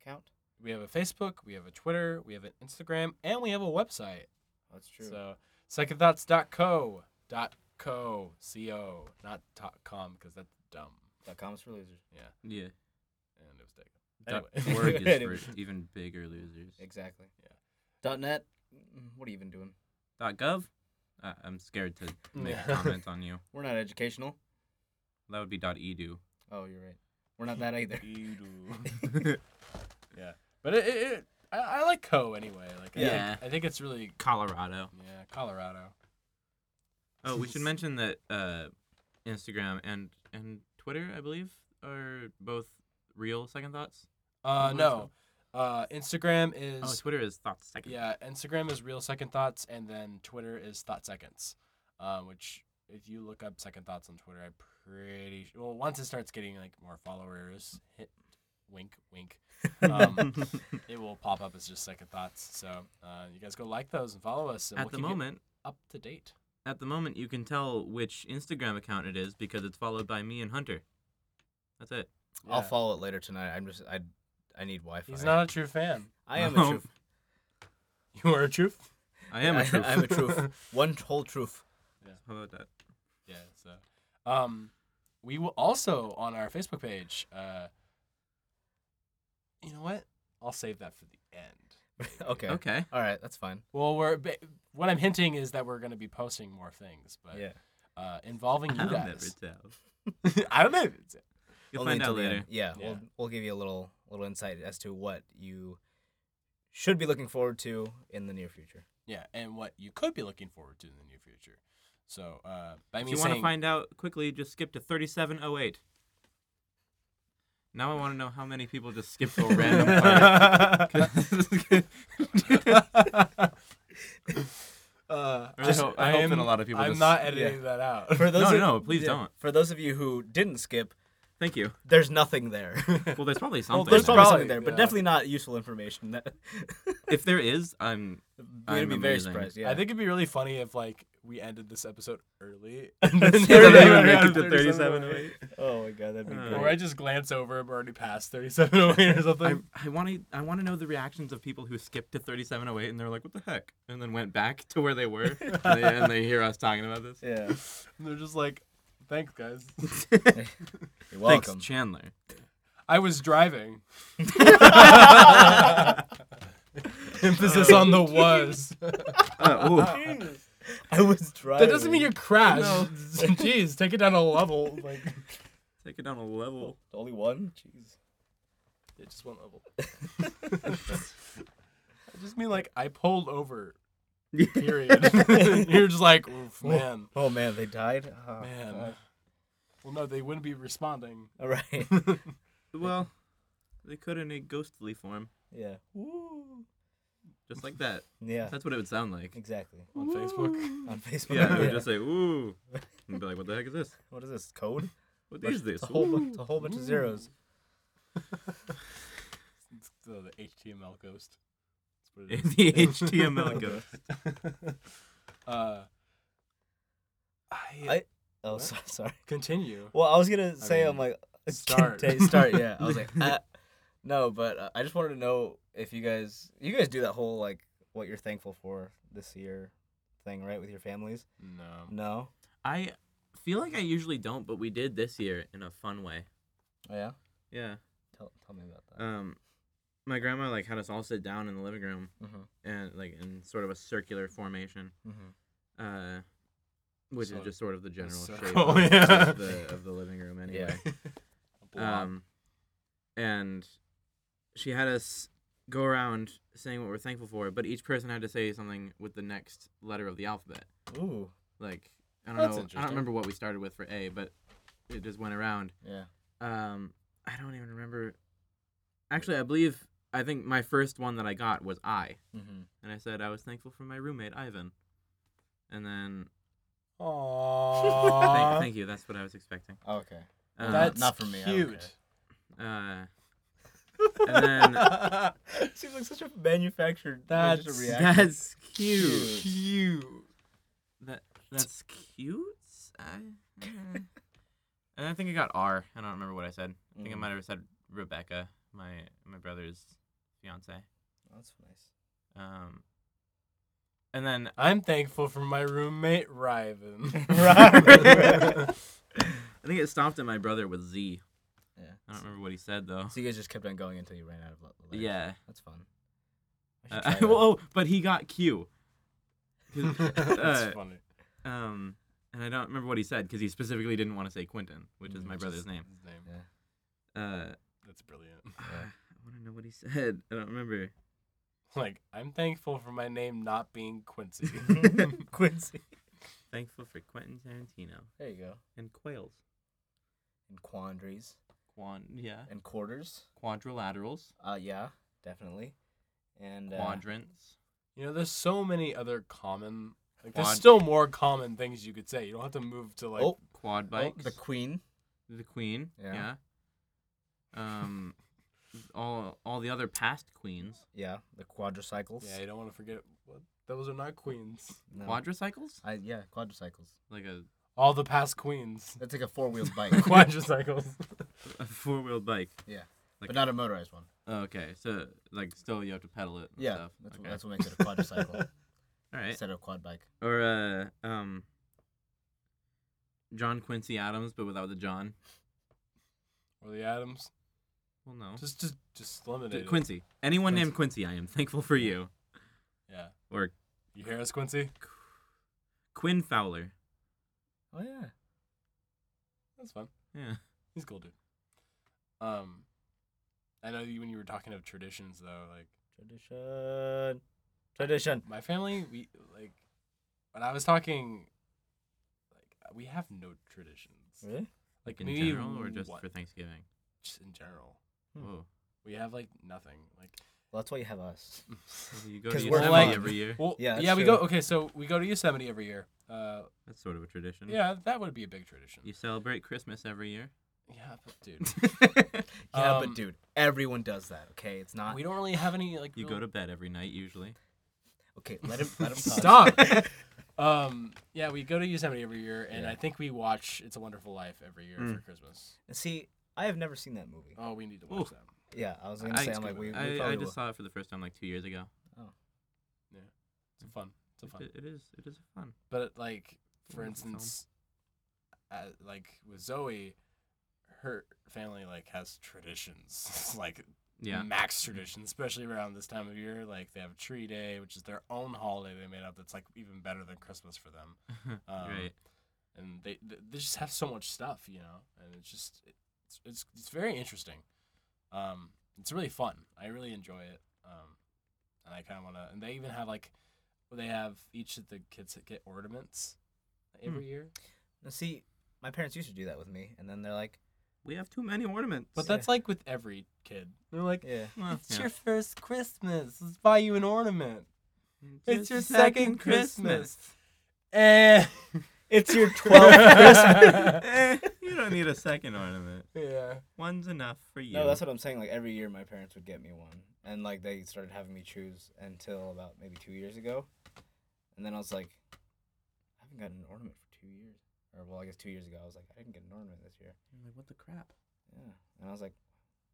[SPEAKER 2] account.
[SPEAKER 1] We have a Facebook, we have a Twitter, we have an Instagram, and we have a website.
[SPEAKER 2] Oh, That's true.
[SPEAKER 1] So secondthoughts.co dot co c o not dot com because that's dumb
[SPEAKER 2] Dot com is for losers.
[SPEAKER 3] Yeah.
[SPEAKER 1] and it was taken.
[SPEAKER 3] Dot
[SPEAKER 1] Anyway.
[SPEAKER 3] org
[SPEAKER 2] Anyway.
[SPEAKER 3] is for even bigger losers.
[SPEAKER 2] Exactly.
[SPEAKER 1] Yeah.
[SPEAKER 2] Dot net. mm, What are you even doing?
[SPEAKER 3] Dot gov? Uh, I'm scared to make
[SPEAKER 1] Yeah.
[SPEAKER 3] a comment on you.
[SPEAKER 2] We're not educational.
[SPEAKER 3] That would be dot edu.
[SPEAKER 2] Oh, you're right. We're not that either.
[SPEAKER 1] but it, it, it I, I like co anyway. Like I
[SPEAKER 3] Yeah.
[SPEAKER 1] think, I think it's really
[SPEAKER 3] Colorado.
[SPEAKER 1] Yeah, Colorado.
[SPEAKER 3] Oh, we should mention that uh, Instagram and and Twitter, I believe, are both real second thoughts.
[SPEAKER 1] Uh,
[SPEAKER 2] Oh,
[SPEAKER 3] What was
[SPEAKER 1] no, uh, Instagram is
[SPEAKER 3] Oh, Twitter is thoughts second.
[SPEAKER 1] yeah, Instagram is real second thoughts, and then Twitter is thought seconds, uh, which if you look up second thoughts on Twitter, I'm pretty su- well once it starts getting like more followers, hit wink wink, um, it will pop up as just second thoughts. So uh, you guys go like those and follow us. And
[SPEAKER 3] At
[SPEAKER 1] we'll
[SPEAKER 3] the
[SPEAKER 1] keep you
[SPEAKER 3] moment,
[SPEAKER 1] up to date.
[SPEAKER 3] at the moment, you can tell which Instagram account it is because it's followed by me and Hunter. That's it.
[SPEAKER 2] I'll
[SPEAKER 1] Yeah.
[SPEAKER 2] follow it later tonight. I'm just I I need Wi-Fi.
[SPEAKER 1] He's not a true fan.
[SPEAKER 2] I am a
[SPEAKER 3] Oh,
[SPEAKER 2] truth.
[SPEAKER 1] You are a true.
[SPEAKER 3] I am a truth.
[SPEAKER 2] I'm a truth. One whole truth.
[SPEAKER 3] How about that?
[SPEAKER 1] Yeah. So, um, we will also on our Facebook page. Uh, you know what? I'll save that for the end. maybe.
[SPEAKER 2] Okay.
[SPEAKER 3] Okay.
[SPEAKER 2] All right. That's fine.
[SPEAKER 1] Well, we're ba- what I'm hinting is that we're going to be posting more things, but
[SPEAKER 2] yeah.
[SPEAKER 1] uh, involving you
[SPEAKER 3] I'll
[SPEAKER 1] guys.
[SPEAKER 3] never tell.
[SPEAKER 1] I don't know. if it's-
[SPEAKER 3] You'll
[SPEAKER 2] Only
[SPEAKER 3] find
[SPEAKER 2] until
[SPEAKER 3] out
[SPEAKER 2] the
[SPEAKER 3] later.
[SPEAKER 2] end. Yeah, We'll
[SPEAKER 1] Yeah.
[SPEAKER 2] we'll give you a little little insight as to what you should be looking forward to in the near future.
[SPEAKER 1] Yeah, and what you could be looking forward to in the near future. So, uh, by
[SPEAKER 3] If
[SPEAKER 1] me
[SPEAKER 3] you want to
[SPEAKER 1] saying,
[SPEAKER 3] find out quickly, just skip to 3708. Now I want to know how many people just skipped to a random part.
[SPEAKER 1] uh,
[SPEAKER 3] I hope, I hope that a lot of people.
[SPEAKER 1] I'm
[SPEAKER 3] just,
[SPEAKER 1] not
[SPEAKER 3] yeah.
[SPEAKER 1] editing that out.
[SPEAKER 2] For those
[SPEAKER 3] No,
[SPEAKER 2] of,
[SPEAKER 3] no, please don't.
[SPEAKER 2] For those of you who didn't skip,
[SPEAKER 3] Thank you.
[SPEAKER 2] there's nothing there.
[SPEAKER 3] Well, there's probably
[SPEAKER 1] Well,
[SPEAKER 3] something.
[SPEAKER 1] there.
[SPEAKER 2] there's probably
[SPEAKER 1] Probably,
[SPEAKER 2] something there, but
[SPEAKER 1] yeah.
[SPEAKER 2] definitely not useful information. That
[SPEAKER 3] if there is, I'm.
[SPEAKER 2] we'd
[SPEAKER 3] I'm
[SPEAKER 2] be very
[SPEAKER 3] amazing.
[SPEAKER 2] surprised. Yeah.
[SPEAKER 1] I think it'd be really funny if like we ended this episode early and
[SPEAKER 2] That's
[SPEAKER 1] then
[SPEAKER 2] it,
[SPEAKER 1] everyone
[SPEAKER 2] we
[SPEAKER 1] got
[SPEAKER 3] make it to 37
[SPEAKER 1] away.
[SPEAKER 3] away.
[SPEAKER 2] Oh my god, that'd be
[SPEAKER 3] Uh,
[SPEAKER 2] great.
[SPEAKER 1] Or I just glance over, I'm already past 37 away or something.
[SPEAKER 3] I, I want to I want to know the reactions of people who skipped to 3708 and they're like, "What the heck?" and then went back to where they were and, they, and they hear us talking about this.
[SPEAKER 2] Yeah.
[SPEAKER 1] And they're just like, thanks guys.
[SPEAKER 2] You're
[SPEAKER 3] Thanks,
[SPEAKER 2] welcome.
[SPEAKER 3] Chandler.
[SPEAKER 1] I was driving. Emphasis on the was.
[SPEAKER 2] I was driving.
[SPEAKER 1] That doesn't mean you crashed. Jeez, take it down a level. Like
[SPEAKER 3] Take it down a level.
[SPEAKER 2] only one. Jeez.
[SPEAKER 1] it just one level. I just mean like I pulled over. Period. You're just like, oof, man.
[SPEAKER 2] Oh man, they died. Oh,
[SPEAKER 1] Man.
[SPEAKER 2] God.
[SPEAKER 1] Well, no, they wouldn't be responding.
[SPEAKER 2] All right.
[SPEAKER 3] Well, they could in a ghostly form,
[SPEAKER 2] Yeah. Woo.
[SPEAKER 3] just like that.
[SPEAKER 2] Yeah.
[SPEAKER 3] That's what it would sound like
[SPEAKER 2] Exactly.
[SPEAKER 1] on Facebook.
[SPEAKER 2] On Facebook.
[SPEAKER 3] Yeah, it would
[SPEAKER 2] yeah.
[SPEAKER 3] just say "ooh" and be like, "What the heck is this?
[SPEAKER 2] What is this code?
[SPEAKER 3] What is this?"
[SPEAKER 2] It's a whole,
[SPEAKER 3] Ooh.
[SPEAKER 2] bu- it's a whole bunch of zeros.
[SPEAKER 1] It's the, the HTML ghost. That's what it is.
[SPEAKER 3] the HTML ghost.
[SPEAKER 1] uh, I,
[SPEAKER 2] I- Oh,
[SPEAKER 1] What?
[SPEAKER 2] so, sorry.
[SPEAKER 1] continue.
[SPEAKER 2] Well, I was gonna say I am
[SPEAKER 1] mean,
[SPEAKER 2] like
[SPEAKER 1] start.
[SPEAKER 2] contain- start. Yeah, I was like, uh, no, but uh, I just wanted to know if you guys, you guys do that whole like what you're thankful for this year thing, right, with your families?
[SPEAKER 1] No.
[SPEAKER 2] No.
[SPEAKER 3] I feel like I usually don't, but we did this year in a fun way.
[SPEAKER 2] Oh, yeah.
[SPEAKER 3] Yeah.
[SPEAKER 2] Tell, tell me about that.
[SPEAKER 3] Um, my grandma like had us all sit down in the living room
[SPEAKER 2] mm-hmm.
[SPEAKER 3] and like in sort of a circular formation,
[SPEAKER 2] Mm-hmm.
[SPEAKER 3] uh, which
[SPEAKER 1] So-
[SPEAKER 3] is just sort of the general shape
[SPEAKER 1] circle,
[SPEAKER 3] of,
[SPEAKER 1] yeah.
[SPEAKER 3] of the of the living room anyway. Um, and she had us go around saying what we're thankful for, but each person had to say something with the next letter of the alphabet.
[SPEAKER 2] Ooh.
[SPEAKER 3] Like I don't
[SPEAKER 1] That's
[SPEAKER 3] know, I
[SPEAKER 1] interesting.
[SPEAKER 3] don't remember what we started with for A, but it just went around.
[SPEAKER 2] Yeah.
[SPEAKER 3] Um, I don't even remember. Actually, I believe I think my first one that I got was I,
[SPEAKER 2] Mm-hmm.
[SPEAKER 3] and I said I was thankful for my roommate Ivan. And then
[SPEAKER 1] Aww.
[SPEAKER 3] thank, thank you. That's what I was expecting.
[SPEAKER 2] Oh, Okay.
[SPEAKER 3] Um,
[SPEAKER 1] That's
[SPEAKER 2] not for me, I don't
[SPEAKER 1] Cute.
[SPEAKER 3] uh, and then
[SPEAKER 2] Seems like such a manufactured.
[SPEAKER 1] That's-
[SPEAKER 2] just a reaction.
[SPEAKER 3] that's cute.
[SPEAKER 2] Cute.
[SPEAKER 1] Cute.
[SPEAKER 3] That that's cute. I, hmm. and I think I got R. I don't remember what I said. I think I
[SPEAKER 2] Mm.
[SPEAKER 3] might have said Rebecca, my my brother's fiance.
[SPEAKER 2] That's nice.
[SPEAKER 3] Um, and then
[SPEAKER 1] I'm thankful for my roommate Riven.
[SPEAKER 2] Riven.
[SPEAKER 3] I think it stopped at my brother with Z.
[SPEAKER 2] Yeah.
[SPEAKER 3] I don't remember what he said though.
[SPEAKER 2] So you guys just kept on going until you ran out of le- letters.
[SPEAKER 3] Yeah.
[SPEAKER 2] That's fun. I should
[SPEAKER 3] Uh,
[SPEAKER 2] try that.
[SPEAKER 3] well, oh, but he got Q. 'Cause, uh,
[SPEAKER 1] That's funny.
[SPEAKER 3] um, and I don't remember what he said because he specifically didn't want to say Quentin, Mm, which is my
[SPEAKER 1] Which
[SPEAKER 3] brother's name.
[SPEAKER 1] His name.
[SPEAKER 3] Uh,
[SPEAKER 1] That's brilliant.
[SPEAKER 3] I want to know what he said. I don't remember.
[SPEAKER 1] Like, I'm thankful for my name not being Quincy.
[SPEAKER 2] Quincy.
[SPEAKER 3] Thankful for Quentin Tarantino
[SPEAKER 2] There you go.
[SPEAKER 3] and quails.
[SPEAKER 2] And quandaries
[SPEAKER 3] Quan, yeah.
[SPEAKER 2] and quarters.
[SPEAKER 3] Quadrilaterals,
[SPEAKER 2] Uh, yeah, definitely. And uh,
[SPEAKER 3] quadrants.
[SPEAKER 1] You know, there's so many other common. Like, there's
[SPEAKER 3] Quad-
[SPEAKER 1] still more common things you could say. You don't have to move to like.
[SPEAKER 2] oh,
[SPEAKER 3] quad
[SPEAKER 2] oh,
[SPEAKER 3] bikes.
[SPEAKER 2] the queen.
[SPEAKER 3] the, queen.
[SPEAKER 2] Yeah.
[SPEAKER 3] Yeah. Um, all all the other past queens.
[SPEAKER 2] Yeah, the quadricycles.
[SPEAKER 1] Yeah, you don't want to forget. What? Those are not queens.
[SPEAKER 2] No.
[SPEAKER 3] Quadricycles,
[SPEAKER 2] I, yeah, quadricycles.
[SPEAKER 3] like a,
[SPEAKER 1] All the past queens.
[SPEAKER 2] That's like a four wheeled bike,
[SPEAKER 1] Quadricycles.
[SPEAKER 3] a four wheel bike. Oh,
[SPEAKER 2] but not a motorized one.
[SPEAKER 3] Okay, so like still you have to pedal it. And
[SPEAKER 2] Yeah,
[SPEAKER 3] Stuff.
[SPEAKER 2] that's,
[SPEAKER 3] okay.
[SPEAKER 2] that's what makes it a quadricycle
[SPEAKER 3] all right.
[SPEAKER 2] instead of a quad bike.
[SPEAKER 3] Or uh, um, John Quincy Adams, but without the John.
[SPEAKER 1] Or the Adams.
[SPEAKER 3] Well, no.
[SPEAKER 1] Just, just, just
[SPEAKER 3] D-
[SPEAKER 1] eliminate it.
[SPEAKER 3] Quincy. Anyone named Quincy, I am thankful for you.
[SPEAKER 1] Yeah.
[SPEAKER 3] Or
[SPEAKER 1] You hear us, Quincy?
[SPEAKER 3] Quinn Fowler.
[SPEAKER 2] Oh yeah.
[SPEAKER 1] That's fun.
[SPEAKER 3] Yeah.
[SPEAKER 1] He's a cool dude. Um, I know you, when you were talking of traditions though, like
[SPEAKER 2] Tradition. Tradition.
[SPEAKER 1] my family, we like when I was talking, like we have no traditions.
[SPEAKER 2] Really?
[SPEAKER 1] Like
[SPEAKER 3] in
[SPEAKER 1] maybe
[SPEAKER 3] general, or just
[SPEAKER 1] one-
[SPEAKER 3] for Thanksgiving. Oh.
[SPEAKER 1] just in general.
[SPEAKER 2] Hmm.
[SPEAKER 3] Whoa.
[SPEAKER 1] We have like nothing. Like
[SPEAKER 2] Well, that's why you have us.
[SPEAKER 3] You go to
[SPEAKER 1] 'Cause
[SPEAKER 2] we're
[SPEAKER 3] Yosemite
[SPEAKER 1] like-
[SPEAKER 3] every year.
[SPEAKER 1] Well,
[SPEAKER 2] Yeah,
[SPEAKER 1] yeah,
[SPEAKER 2] that's
[SPEAKER 1] we
[SPEAKER 2] true.
[SPEAKER 1] go. Okay, so we go to Yosemite every year. Uh,
[SPEAKER 3] That's sort of a tradition.
[SPEAKER 1] yeah, that would be a big tradition.
[SPEAKER 3] You celebrate Christmas every year.
[SPEAKER 1] Yeah, but dude,
[SPEAKER 2] Yeah, but
[SPEAKER 1] Um,
[SPEAKER 2] dude, everyone does that. Okay, it's not
[SPEAKER 1] we don't really have any like.
[SPEAKER 3] you go
[SPEAKER 1] real-
[SPEAKER 3] to bed every night usually.
[SPEAKER 2] okay. Let him let him talk.
[SPEAKER 1] stop. um, yeah, we go to Yosemite every year, and
[SPEAKER 2] Yeah.
[SPEAKER 1] I think we watch "It's a Wonderful Life" every year
[SPEAKER 3] Mm.
[SPEAKER 1] for Christmas.
[SPEAKER 2] See, I have never seen that movie.
[SPEAKER 1] Oh, we need to watch
[SPEAKER 3] Ooh.
[SPEAKER 1] that.
[SPEAKER 2] Yeah, I was gonna
[SPEAKER 3] I-
[SPEAKER 2] say I'm like we,
[SPEAKER 3] I,
[SPEAKER 2] we probably
[SPEAKER 3] I
[SPEAKER 2] will.
[SPEAKER 3] just saw it for the first time like two years ago.
[SPEAKER 1] It's a fun. It's a
[SPEAKER 3] It-
[SPEAKER 1] fun.
[SPEAKER 3] it is. It is fun.
[SPEAKER 1] But like, for
[SPEAKER 3] Wonderful film.
[SPEAKER 1] instance, uh, like with Zoe, her family like has traditions, like
[SPEAKER 3] Yeah.
[SPEAKER 2] Mm.
[SPEAKER 1] max tradition, especially around this time of year. Like they have Tree Day, which is their own holiday they made up. That's like even better than Christmas for them.
[SPEAKER 2] Uh,
[SPEAKER 1] Um,
[SPEAKER 3] right.
[SPEAKER 1] And they th- they just have so much stuff, you know. And it's just it's it's, it's very interesting. Um, it's really fun. I really enjoy it. Um, and I kind of want to. And they even have like they have each of the kids that get ornaments every year.
[SPEAKER 2] Now, see, my parents used to do that with me, and then they're like,
[SPEAKER 3] We have too many ornaments.
[SPEAKER 1] But
[SPEAKER 2] Yeah.
[SPEAKER 1] that's like with every kid. They're like.
[SPEAKER 2] yeah,
[SPEAKER 3] Well, yeah.
[SPEAKER 1] first Christmas. Let's buy you an ornament.
[SPEAKER 3] Just
[SPEAKER 1] Eh.
[SPEAKER 2] it's your 12th Christmas.
[SPEAKER 3] Eh, you don't need a second ornament.
[SPEAKER 1] yeah.
[SPEAKER 3] One's enough for you.
[SPEAKER 2] No, that's what I'm saying. Like every year, my parents would get me one, and like they started having me choose until about maybe two years ago, and then I was like, I haven't gotten an ornament for two years, or well, I guess two years ago, I was like, I didn't get an ornament this year.
[SPEAKER 3] I'm like, what the crap?
[SPEAKER 2] Yeah, and I was like,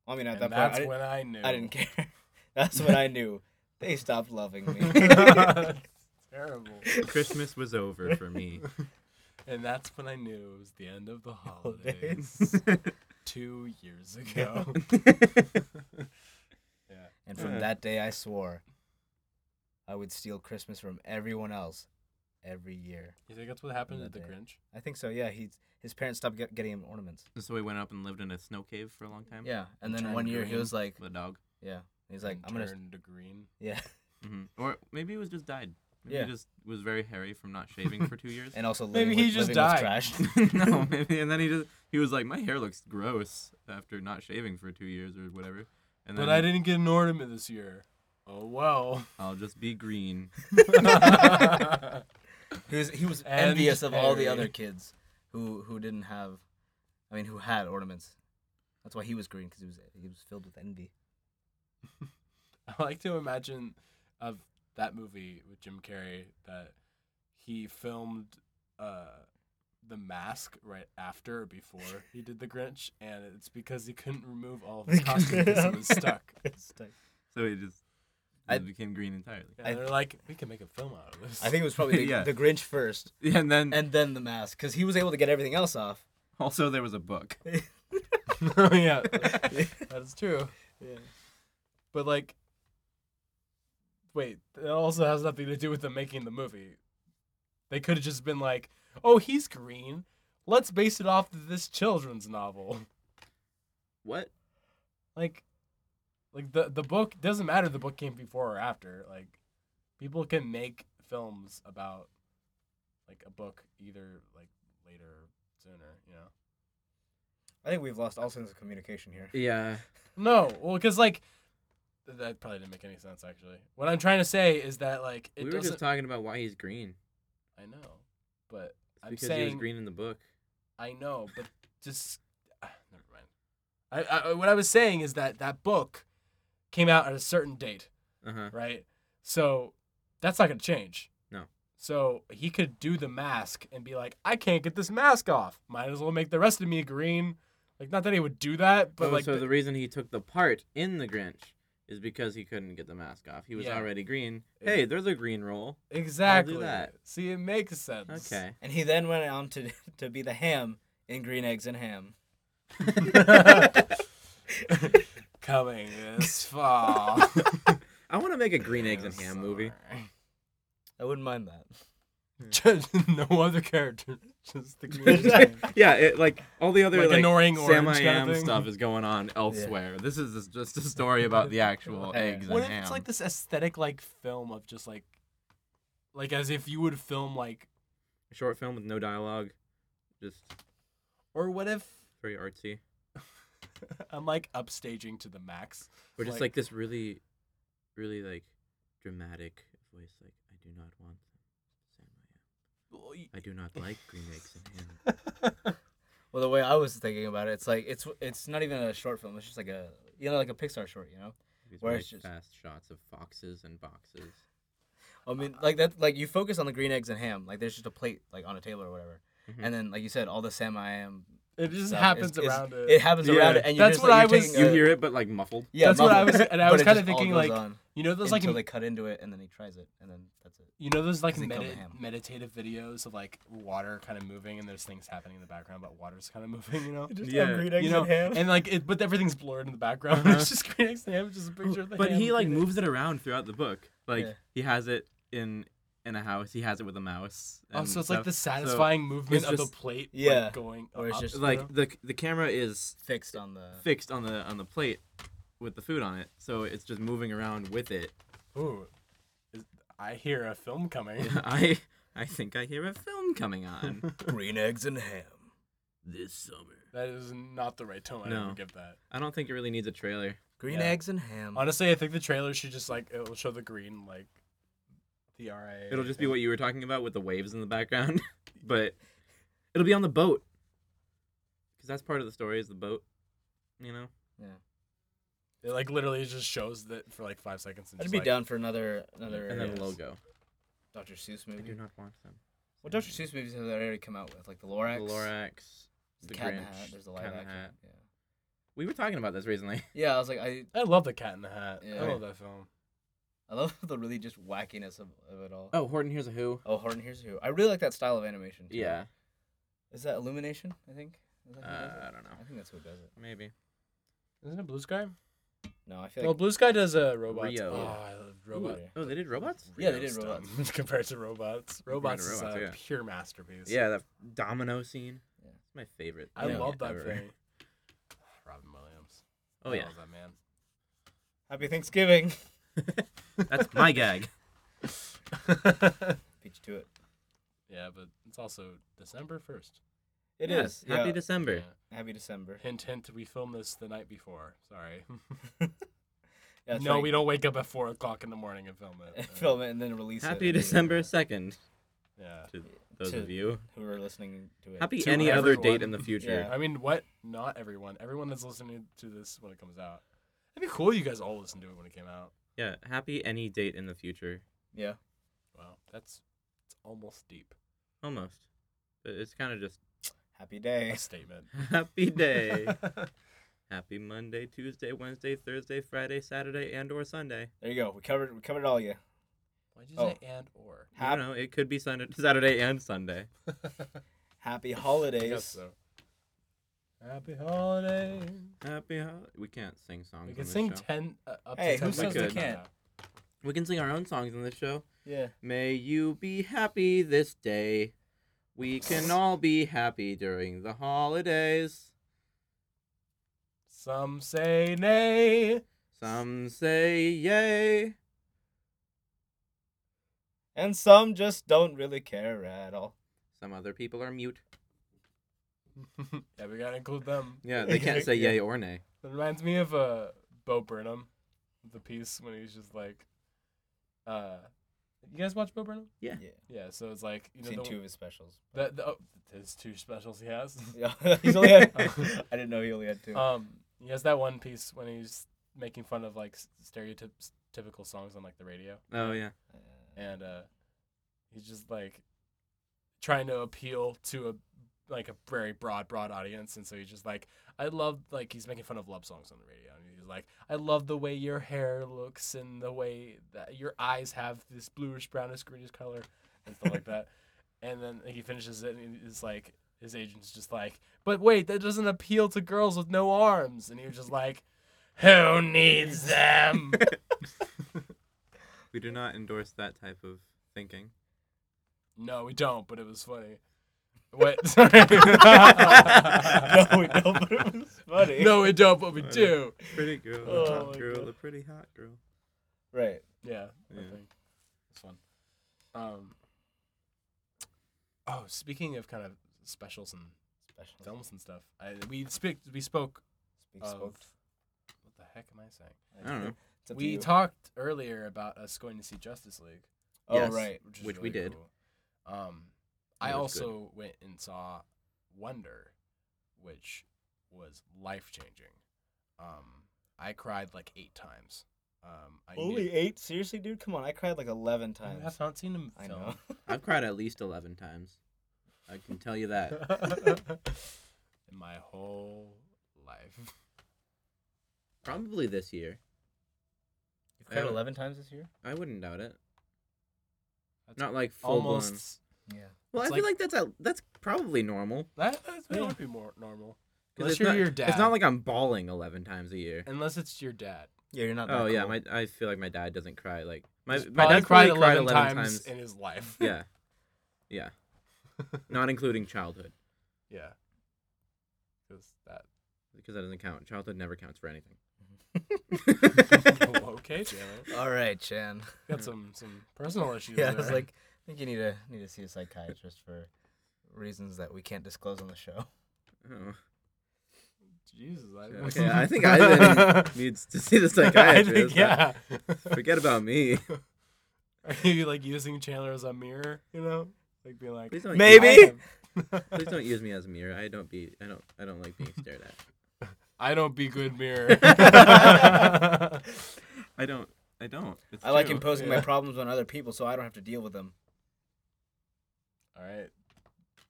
[SPEAKER 2] well, I mean, at
[SPEAKER 1] And
[SPEAKER 2] that
[SPEAKER 1] that's
[SPEAKER 2] point,
[SPEAKER 1] when I knew.
[SPEAKER 2] I didn't, I didn't care. that's when I knew they stopped loving me.
[SPEAKER 1] Terrible.
[SPEAKER 3] Christmas was over for me.
[SPEAKER 1] And that's when I knew it was the end of the holidays.
[SPEAKER 2] Holidays.
[SPEAKER 1] Two years ago. yeah.
[SPEAKER 2] and from
[SPEAKER 3] Yeah.
[SPEAKER 2] that day, I swore I would steal Christmas from everyone else every year.
[SPEAKER 1] You think that's what happened to
[SPEAKER 2] That
[SPEAKER 1] the
[SPEAKER 2] day.
[SPEAKER 1] Grinch?
[SPEAKER 2] I think so. Yeah, he his parents stopped get, getting him ornaments.
[SPEAKER 3] so we went up and lived in a snow cave for a long time.
[SPEAKER 2] Yeah,
[SPEAKER 1] And
[SPEAKER 2] and then
[SPEAKER 1] turned
[SPEAKER 2] one year he
[SPEAKER 1] green.
[SPEAKER 2] was like,
[SPEAKER 3] With a dog.
[SPEAKER 2] yeah, he's like,
[SPEAKER 1] And
[SPEAKER 2] I'm gonna,
[SPEAKER 1] turned to green.
[SPEAKER 2] yeah,
[SPEAKER 3] hmm
[SPEAKER 1] Mm-hmm.
[SPEAKER 3] Or maybe it was just died. Maybe
[SPEAKER 2] Yeah.
[SPEAKER 3] he just was very hairy from not shaving for two years.
[SPEAKER 2] and also
[SPEAKER 1] Maybe
[SPEAKER 2] living
[SPEAKER 1] he
[SPEAKER 2] with,
[SPEAKER 1] just
[SPEAKER 2] living
[SPEAKER 1] died.
[SPEAKER 2] with trash.
[SPEAKER 3] no, maybe. And then he just he was like, my hair looks gross after not shaving for two years or whatever. And then
[SPEAKER 1] But I didn't get an ornament this year. Oh well.
[SPEAKER 3] I'll just be green.
[SPEAKER 2] he was he was
[SPEAKER 1] And
[SPEAKER 2] envious of all the
[SPEAKER 1] hairy.
[SPEAKER 2] other kids who who didn't have, I mean, who had ornaments. That's why he was green because he was he was filled with envy.
[SPEAKER 1] I like to imagine of that movie with Jim Carrey that he filmed uh, the mask right after or before he did the Grinch, and it's because he couldn't remove all of the costumes because it was stuck.
[SPEAKER 3] So he just,
[SPEAKER 2] I-
[SPEAKER 3] it became green entirely.
[SPEAKER 1] And they're like, we can make a film out of this.
[SPEAKER 2] I think it was probably the,
[SPEAKER 3] Yeah.
[SPEAKER 2] the Grinch first,
[SPEAKER 3] Yeah, and then
[SPEAKER 2] and then the mask, because he was able to get everything else off.
[SPEAKER 3] also there was a book.
[SPEAKER 1] Oh, yeah, that is true.
[SPEAKER 2] Yeah.
[SPEAKER 1] But like, wait, that also has nothing to do with them making the movie. They could have just been like, oh, he's green. Let's base it off of this children's novel.
[SPEAKER 3] What?
[SPEAKER 1] like like the the book doesn't matter if the book came before or after like people can make films about like a book either like later or sooner you know
[SPEAKER 2] I think we've lost all sense of communication here.
[SPEAKER 3] Yeah.
[SPEAKER 1] no well because like th- that probably didn't make any sense actually what i'm trying to say is that like it
[SPEAKER 3] we were
[SPEAKER 1] doesn't
[SPEAKER 3] just talking about why he's green.
[SPEAKER 1] i know but
[SPEAKER 3] It's
[SPEAKER 1] I'm
[SPEAKER 3] because he was
[SPEAKER 1] saying-
[SPEAKER 3] green in the book.
[SPEAKER 1] i know but just ah, never mind I, I what i was saying is that that book came out at a certain date
[SPEAKER 3] Uh huh.
[SPEAKER 1] right? So that's not going to change.
[SPEAKER 3] No.
[SPEAKER 1] So he could do the mask and be like, I can't get this mask off. Might as well make the rest of me green. Like, not that he would do that, but
[SPEAKER 3] oh,
[SPEAKER 1] like,
[SPEAKER 3] so
[SPEAKER 1] the-
[SPEAKER 3] the reason he took the part in the Grinch is because he couldn't get the mask off. He was
[SPEAKER 1] Yeah.
[SPEAKER 3] already green.
[SPEAKER 1] It-
[SPEAKER 3] Hey, there's a green roll.
[SPEAKER 1] exactly.
[SPEAKER 3] that.
[SPEAKER 1] See, it makes sense.
[SPEAKER 3] Okay.
[SPEAKER 2] And he then went on to to be the ham in Green Eggs and Ham.
[SPEAKER 1] Coming this fall.
[SPEAKER 3] I want to make a green eggs and ham movie.
[SPEAKER 2] I wouldn't mind that.
[SPEAKER 1] Just no other character. Just the green.
[SPEAKER 2] Green-
[SPEAKER 3] Yeah, it, like all the other
[SPEAKER 1] Like
[SPEAKER 3] like,
[SPEAKER 1] annoying
[SPEAKER 3] Sam
[SPEAKER 1] orange
[SPEAKER 3] I
[SPEAKER 1] kinda
[SPEAKER 3] Am
[SPEAKER 1] thing.
[SPEAKER 3] stuff is going on elsewhere. This is this- just a story about the actual
[SPEAKER 2] Yeah.
[SPEAKER 3] eggs
[SPEAKER 1] What
[SPEAKER 3] and
[SPEAKER 1] if
[SPEAKER 3] ham.
[SPEAKER 1] it's like this aesthetic, like film of just like, like as if you would film like,
[SPEAKER 3] short film with no dialogue, just
[SPEAKER 1] or what if
[SPEAKER 3] very artsy.
[SPEAKER 1] I'm like upstaging to the max.
[SPEAKER 3] Or just like,
[SPEAKER 1] Like-
[SPEAKER 3] this really really like dramatic voice, like I do not want them the same I am. I do not like green eggs and ham.
[SPEAKER 2] Well, the way I was thinking about it, it's like it's it's not even a short film. It's just like a you know like a Pixar short, you know.
[SPEAKER 3] These
[SPEAKER 2] Where
[SPEAKER 3] really
[SPEAKER 2] it's just-
[SPEAKER 3] fast shots of foxes and boxes.
[SPEAKER 2] I mean, like that like you focus on the green eggs and ham. Like there's just a plate like on a table or whatever,
[SPEAKER 3] Mhm.
[SPEAKER 2] and then like you said, all the Sam I am
[SPEAKER 1] It just
[SPEAKER 2] stuff
[SPEAKER 1] Mm-hmm. happens
[SPEAKER 2] is- is-
[SPEAKER 1] around it.
[SPEAKER 2] It happens around
[SPEAKER 3] Yeah.
[SPEAKER 2] it, and you're
[SPEAKER 1] That's
[SPEAKER 2] just,
[SPEAKER 1] what
[SPEAKER 2] like, you're
[SPEAKER 1] I was-
[SPEAKER 2] taking
[SPEAKER 3] You
[SPEAKER 2] a-
[SPEAKER 3] hear it, but like muffled.
[SPEAKER 2] Yeah,
[SPEAKER 1] That's what I
[SPEAKER 2] muffled.
[SPEAKER 1] was- and I
[SPEAKER 2] But
[SPEAKER 1] was
[SPEAKER 2] it
[SPEAKER 1] kinda
[SPEAKER 2] just all
[SPEAKER 1] thinking,
[SPEAKER 2] goes
[SPEAKER 1] like,
[SPEAKER 2] on
[SPEAKER 1] you know those like
[SPEAKER 2] until
[SPEAKER 1] m-
[SPEAKER 2] they cut into it, and then he tries it, and then that's it.
[SPEAKER 1] you know those like
[SPEAKER 2] Does it come to
[SPEAKER 1] medi-
[SPEAKER 2] him?
[SPEAKER 1] meditative videos of like water kind of moving and there's things happening in the background but water's kind of moving, you know.
[SPEAKER 3] Yeah, green
[SPEAKER 1] you know, and like it, but everything—'s blurred in the background.
[SPEAKER 3] Uh-huh.
[SPEAKER 1] It's just green eggs and ham, it's just a picture of the
[SPEAKER 3] But
[SPEAKER 1] ham
[SPEAKER 3] he
[SPEAKER 1] with
[SPEAKER 3] like
[SPEAKER 1] green
[SPEAKER 3] moves it around throughout the book. Like
[SPEAKER 2] Yeah.
[SPEAKER 3] he has it in in a house. He has it with a mouse.
[SPEAKER 1] Oh,
[SPEAKER 3] and
[SPEAKER 1] so it's like the
[SPEAKER 3] stuff. So,
[SPEAKER 1] satisfying movement
[SPEAKER 3] it's
[SPEAKER 1] of the
[SPEAKER 3] just-
[SPEAKER 1] plate,
[SPEAKER 2] Yeah.
[SPEAKER 1] like going
[SPEAKER 2] Or it's
[SPEAKER 1] up,
[SPEAKER 2] just,
[SPEAKER 1] you know?
[SPEAKER 3] like the the camera is
[SPEAKER 2] fixed on the.
[SPEAKER 3] fixed on the on the plate with the food on it, so it's just moving around with it.
[SPEAKER 1] Ooh, is, I hear a film coming.
[SPEAKER 3] I I think I hear a film coming on
[SPEAKER 2] green eggs and ham.
[SPEAKER 3] this summer.
[SPEAKER 1] that is not the right tone. I
[SPEAKER 3] No.
[SPEAKER 1] would give that.
[SPEAKER 3] I don't think it really needs a trailer.
[SPEAKER 2] Green
[SPEAKER 1] Yeah.
[SPEAKER 2] eggs and ham.
[SPEAKER 1] Honestly, I think the trailer should just like it'll show the green like the RIA.
[SPEAKER 3] It'll just be what you were talking about with the waves in the background, but it'll be on the boat because that's part of the story is the boat. You know,
[SPEAKER 1] It like literally just shows that for like five seconds. And
[SPEAKER 2] I'd
[SPEAKER 1] just,
[SPEAKER 2] be
[SPEAKER 1] like,
[SPEAKER 2] down for another another
[SPEAKER 3] and then
[SPEAKER 1] Yes.
[SPEAKER 3] the logo.
[SPEAKER 2] Dr. Seuss
[SPEAKER 3] I do
[SPEAKER 2] movie.
[SPEAKER 3] not want them.
[SPEAKER 2] What Dr. Seuss movies have they already come out with? Like the Lorax,
[SPEAKER 3] The Lorax.
[SPEAKER 2] the,
[SPEAKER 3] the
[SPEAKER 2] Cat in the
[SPEAKER 3] Grinch,
[SPEAKER 2] Hat. There's the
[SPEAKER 3] Cat
[SPEAKER 2] live
[SPEAKER 3] in the
[SPEAKER 2] action.
[SPEAKER 3] Hat.
[SPEAKER 2] Yeah.
[SPEAKER 3] We were talking about this recently.
[SPEAKER 2] yeah, I was like, I
[SPEAKER 1] I love the Cat in the Hat.
[SPEAKER 2] Yeah.
[SPEAKER 1] I love that film.
[SPEAKER 2] I love the really just wackiness of, of it all.
[SPEAKER 3] Oh, Horton here's a who.
[SPEAKER 2] Oh, Horton Here's Who. I really like that style of animation. too.
[SPEAKER 3] Yeah,
[SPEAKER 2] Is that Illumination? I think. Is that
[SPEAKER 3] uh,
[SPEAKER 2] who does it?
[SPEAKER 3] I don't know.
[SPEAKER 2] I think that's who does it.
[SPEAKER 3] Maybe.
[SPEAKER 1] Isn't it Blue Sky?
[SPEAKER 2] No, I feel
[SPEAKER 1] Well,
[SPEAKER 2] like.
[SPEAKER 1] Blue Sky does uh, robots.
[SPEAKER 3] Rio.
[SPEAKER 1] Oh, I love robot.
[SPEAKER 2] Ooh.
[SPEAKER 3] Oh, they did robots.
[SPEAKER 2] Yeah, they
[SPEAKER 1] Rio's
[SPEAKER 2] did
[SPEAKER 1] dumb
[SPEAKER 2] robots.
[SPEAKER 1] compared to robots. Robots is
[SPEAKER 3] robots,
[SPEAKER 1] a
[SPEAKER 3] yeah.
[SPEAKER 1] pure masterpiece.
[SPEAKER 3] Yeah, that domino scene.
[SPEAKER 2] Yeah.
[SPEAKER 3] It's my favorite.
[SPEAKER 1] I
[SPEAKER 2] Yeah.
[SPEAKER 3] thing
[SPEAKER 1] love that
[SPEAKER 3] ever.
[SPEAKER 1] thing. Robin Williams.
[SPEAKER 3] Oh
[SPEAKER 1] I
[SPEAKER 3] yeah,
[SPEAKER 1] love that man.
[SPEAKER 2] Happy Thanksgiving.
[SPEAKER 3] that's my gag.
[SPEAKER 2] Peach to it.
[SPEAKER 1] yeah, but it's also December first.
[SPEAKER 2] It is.
[SPEAKER 3] Yes, Happy
[SPEAKER 2] yeah.
[SPEAKER 3] December.
[SPEAKER 2] Happy December.
[SPEAKER 1] Hint, hint. We filmed this the night before. Sorry.
[SPEAKER 2] Yeah, that's
[SPEAKER 1] no,
[SPEAKER 2] right.
[SPEAKER 1] we don't wake up at four o'clock in the morning and film it.
[SPEAKER 2] film it and then release it.
[SPEAKER 3] Happy
[SPEAKER 2] and then-
[SPEAKER 3] December second
[SPEAKER 1] Yeah.
[SPEAKER 3] to those
[SPEAKER 2] To-
[SPEAKER 3] of you.
[SPEAKER 2] Who are listening to it?
[SPEAKER 3] Happy
[SPEAKER 1] to
[SPEAKER 3] any other date
[SPEAKER 1] everyone.
[SPEAKER 3] in the future.
[SPEAKER 2] Yeah.
[SPEAKER 1] I mean, what? Not everyone. Everyone that's listening to this when it comes out. It'd be cool. if You guys all listened to it when it came out.
[SPEAKER 3] Yeah. Happy any date in the future.
[SPEAKER 2] Yeah.
[SPEAKER 1] Wow, that's it's almost deep.
[SPEAKER 3] Almost. But It's kind of just
[SPEAKER 2] Happy
[SPEAKER 1] A
[SPEAKER 2] day.
[SPEAKER 1] statement.
[SPEAKER 3] happy day. happy Monday, Tuesday, Wednesday, Thursday, Friday, Saturday, and or Sunday.
[SPEAKER 2] There you go. We covered. We covered it all. Yeah.
[SPEAKER 1] Why'd you
[SPEAKER 2] Oh.
[SPEAKER 1] say and or?
[SPEAKER 3] I don't know. It could be Sunday, Saturday, and Sunday.
[SPEAKER 2] Happy
[SPEAKER 1] I
[SPEAKER 2] holidays.
[SPEAKER 1] guess so. Happy holidays.
[SPEAKER 3] Happy. Hol- we can't sing songs.
[SPEAKER 1] We
[SPEAKER 3] on
[SPEAKER 1] can
[SPEAKER 3] this
[SPEAKER 1] sing
[SPEAKER 3] show.
[SPEAKER 1] ten uh, up
[SPEAKER 2] Hey,
[SPEAKER 1] to ten.
[SPEAKER 2] who
[SPEAKER 3] says we
[SPEAKER 1] songs.
[SPEAKER 2] can't?
[SPEAKER 3] we can sing our own songs on this show.
[SPEAKER 2] Yeah.
[SPEAKER 3] May you be happy this day. We can all be happy during the holidays.
[SPEAKER 1] Some say nay.
[SPEAKER 3] Some say yay.
[SPEAKER 2] And some just don't really care at all.
[SPEAKER 3] Some other people are mute.
[SPEAKER 1] yeah, we gotta include them.
[SPEAKER 3] Yeah, they can't say
[SPEAKER 1] Yeah.
[SPEAKER 3] yay or nay.
[SPEAKER 1] It reminds me of uh, Bo Burnham, the piece when he's just like, uh, you guys watch Bo Burnham?
[SPEAKER 3] Yeah.
[SPEAKER 2] Yeah.
[SPEAKER 1] Yeah, so it's like you
[SPEAKER 2] I've
[SPEAKER 1] know
[SPEAKER 2] seen
[SPEAKER 1] the,
[SPEAKER 2] two of his specials.
[SPEAKER 1] the, the oh, his two specials he has.
[SPEAKER 2] Yeah, he's only had, I didn't know he only had two.
[SPEAKER 1] um, he has that one piece when he's making fun of like stereotypical typical songs on like the radio,
[SPEAKER 3] Oh yeah.
[SPEAKER 1] and uh, he's just like trying to appeal to a like a very broad broad audience and so he's just like i love like he's making fun of love songs on the radio and he's like i love the way your hair looks and the way that your eyes have this bluish brownish greenish color and stuff like that and then he finishes it and he's like his agent's just like but wait that doesn't appeal to girls with no arms and he was just like who needs them
[SPEAKER 3] We do not endorse that type of thinking.
[SPEAKER 1] no we don't but it was funny what sorry
[SPEAKER 2] no, we don't, but it was funny.
[SPEAKER 1] No, we don't, but we
[SPEAKER 3] Funny.
[SPEAKER 1] do.
[SPEAKER 3] Pretty girl, a
[SPEAKER 2] Oh
[SPEAKER 3] hot
[SPEAKER 2] my
[SPEAKER 3] girl,
[SPEAKER 2] God.
[SPEAKER 3] a pretty hot girl.
[SPEAKER 2] Right.
[SPEAKER 1] Yeah, I
[SPEAKER 3] Yeah.
[SPEAKER 1] think it's fun. Um. Oh, speaking of kind of specials and
[SPEAKER 2] Special.
[SPEAKER 1] films and stuff, I, we speak we spoke
[SPEAKER 2] Speak
[SPEAKER 1] of
[SPEAKER 2] spoke.
[SPEAKER 1] what the heck am Uh, I saying?
[SPEAKER 3] I don't know.
[SPEAKER 2] It's up to
[SPEAKER 1] we
[SPEAKER 2] you.
[SPEAKER 1] talked earlier about us going to see Justice League,
[SPEAKER 2] Oh
[SPEAKER 3] Yes.
[SPEAKER 2] right.
[SPEAKER 1] which, is
[SPEAKER 3] Which we
[SPEAKER 1] really
[SPEAKER 3] did.
[SPEAKER 1] cool. Um,
[SPEAKER 3] It
[SPEAKER 1] I
[SPEAKER 3] was good.
[SPEAKER 1] also went and saw Wonder, which was life changing. Um, I cried like eight times. Um, I
[SPEAKER 2] Only
[SPEAKER 1] needed-
[SPEAKER 2] eight? Seriously, dude? Come on, I cried like eleven
[SPEAKER 1] I
[SPEAKER 2] times.
[SPEAKER 1] have not seen him
[SPEAKER 2] I know.
[SPEAKER 1] film.
[SPEAKER 3] I've cried at least 11 times. I can tell you that.
[SPEAKER 1] in my whole life.
[SPEAKER 3] Probably this year.
[SPEAKER 2] You've
[SPEAKER 3] cried
[SPEAKER 2] eleven times this year?
[SPEAKER 3] I wouldn't doubt it.
[SPEAKER 1] That's
[SPEAKER 3] Not like full blown.
[SPEAKER 1] almost
[SPEAKER 2] Yeah.
[SPEAKER 3] Well, I
[SPEAKER 1] it's
[SPEAKER 3] feel
[SPEAKER 1] like-
[SPEAKER 3] like that's a, that's probably normal.
[SPEAKER 1] that. That's, that
[SPEAKER 2] Yeah.
[SPEAKER 1] would be more normal.
[SPEAKER 3] 'Cause
[SPEAKER 1] Unless
[SPEAKER 3] it's
[SPEAKER 1] you're
[SPEAKER 3] not,
[SPEAKER 1] your dad.
[SPEAKER 3] It's not like I'm bawling 11 times a year.
[SPEAKER 1] unless it's your dad.
[SPEAKER 2] Yeah, you're not. That
[SPEAKER 3] Oh yeah,
[SPEAKER 2] cool.
[SPEAKER 3] my I feel like my dad doesn't cry like my
[SPEAKER 1] He's
[SPEAKER 3] my
[SPEAKER 1] probably
[SPEAKER 3] dad
[SPEAKER 1] cried
[SPEAKER 3] probably
[SPEAKER 1] 11,
[SPEAKER 3] cried 11 times.
[SPEAKER 1] times in his life.
[SPEAKER 3] yeah, yeah, not including childhood
[SPEAKER 1] yeah. Because that.
[SPEAKER 3] because that doesn't count. Childhood never counts for anything.
[SPEAKER 1] Well, okay, Jalen.
[SPEAKER 2] All right, Chan.
[SPEAKER 1] Got some some personal issues.
[SPEAKER 2] Yeah, I
[SPEAKER 1] there.
[SPEAKER 2] was like, I think you need to need to see a psychiatrist for reasons that we can't disclose on the show.
[SPEAKER 3] Oh.
[SPEAKER 1] Jesus. I
[SPEAKER 3] Okay, I think I then needs to see the psychiatrist.
[SPEAKER 1] I think, yeah.
[SPEAKER 3] Forget about me.
[SPEAKER 1] Are you like using Chandler as a mirror? You know, like being like
[SPEAKER 3] Please don't
[SPEAKER 2] Maybe?
[SPEAKER 3] Please don't use me as a mirror. I don't be. I don't. I don't like being stared at.
[SPEAKER 1] I don't be good mirror.
[SPEAKER 3] I don't. I don't. It's
[SPEAKER 2] I like
[SPEAKER 3] true.
[SPEAKER 2] imposing my
[SPEAKER 1] yeah.
[SPEAKER 2] problems on other people so I don't have to deal with them.
[SPEAKER 1] All right.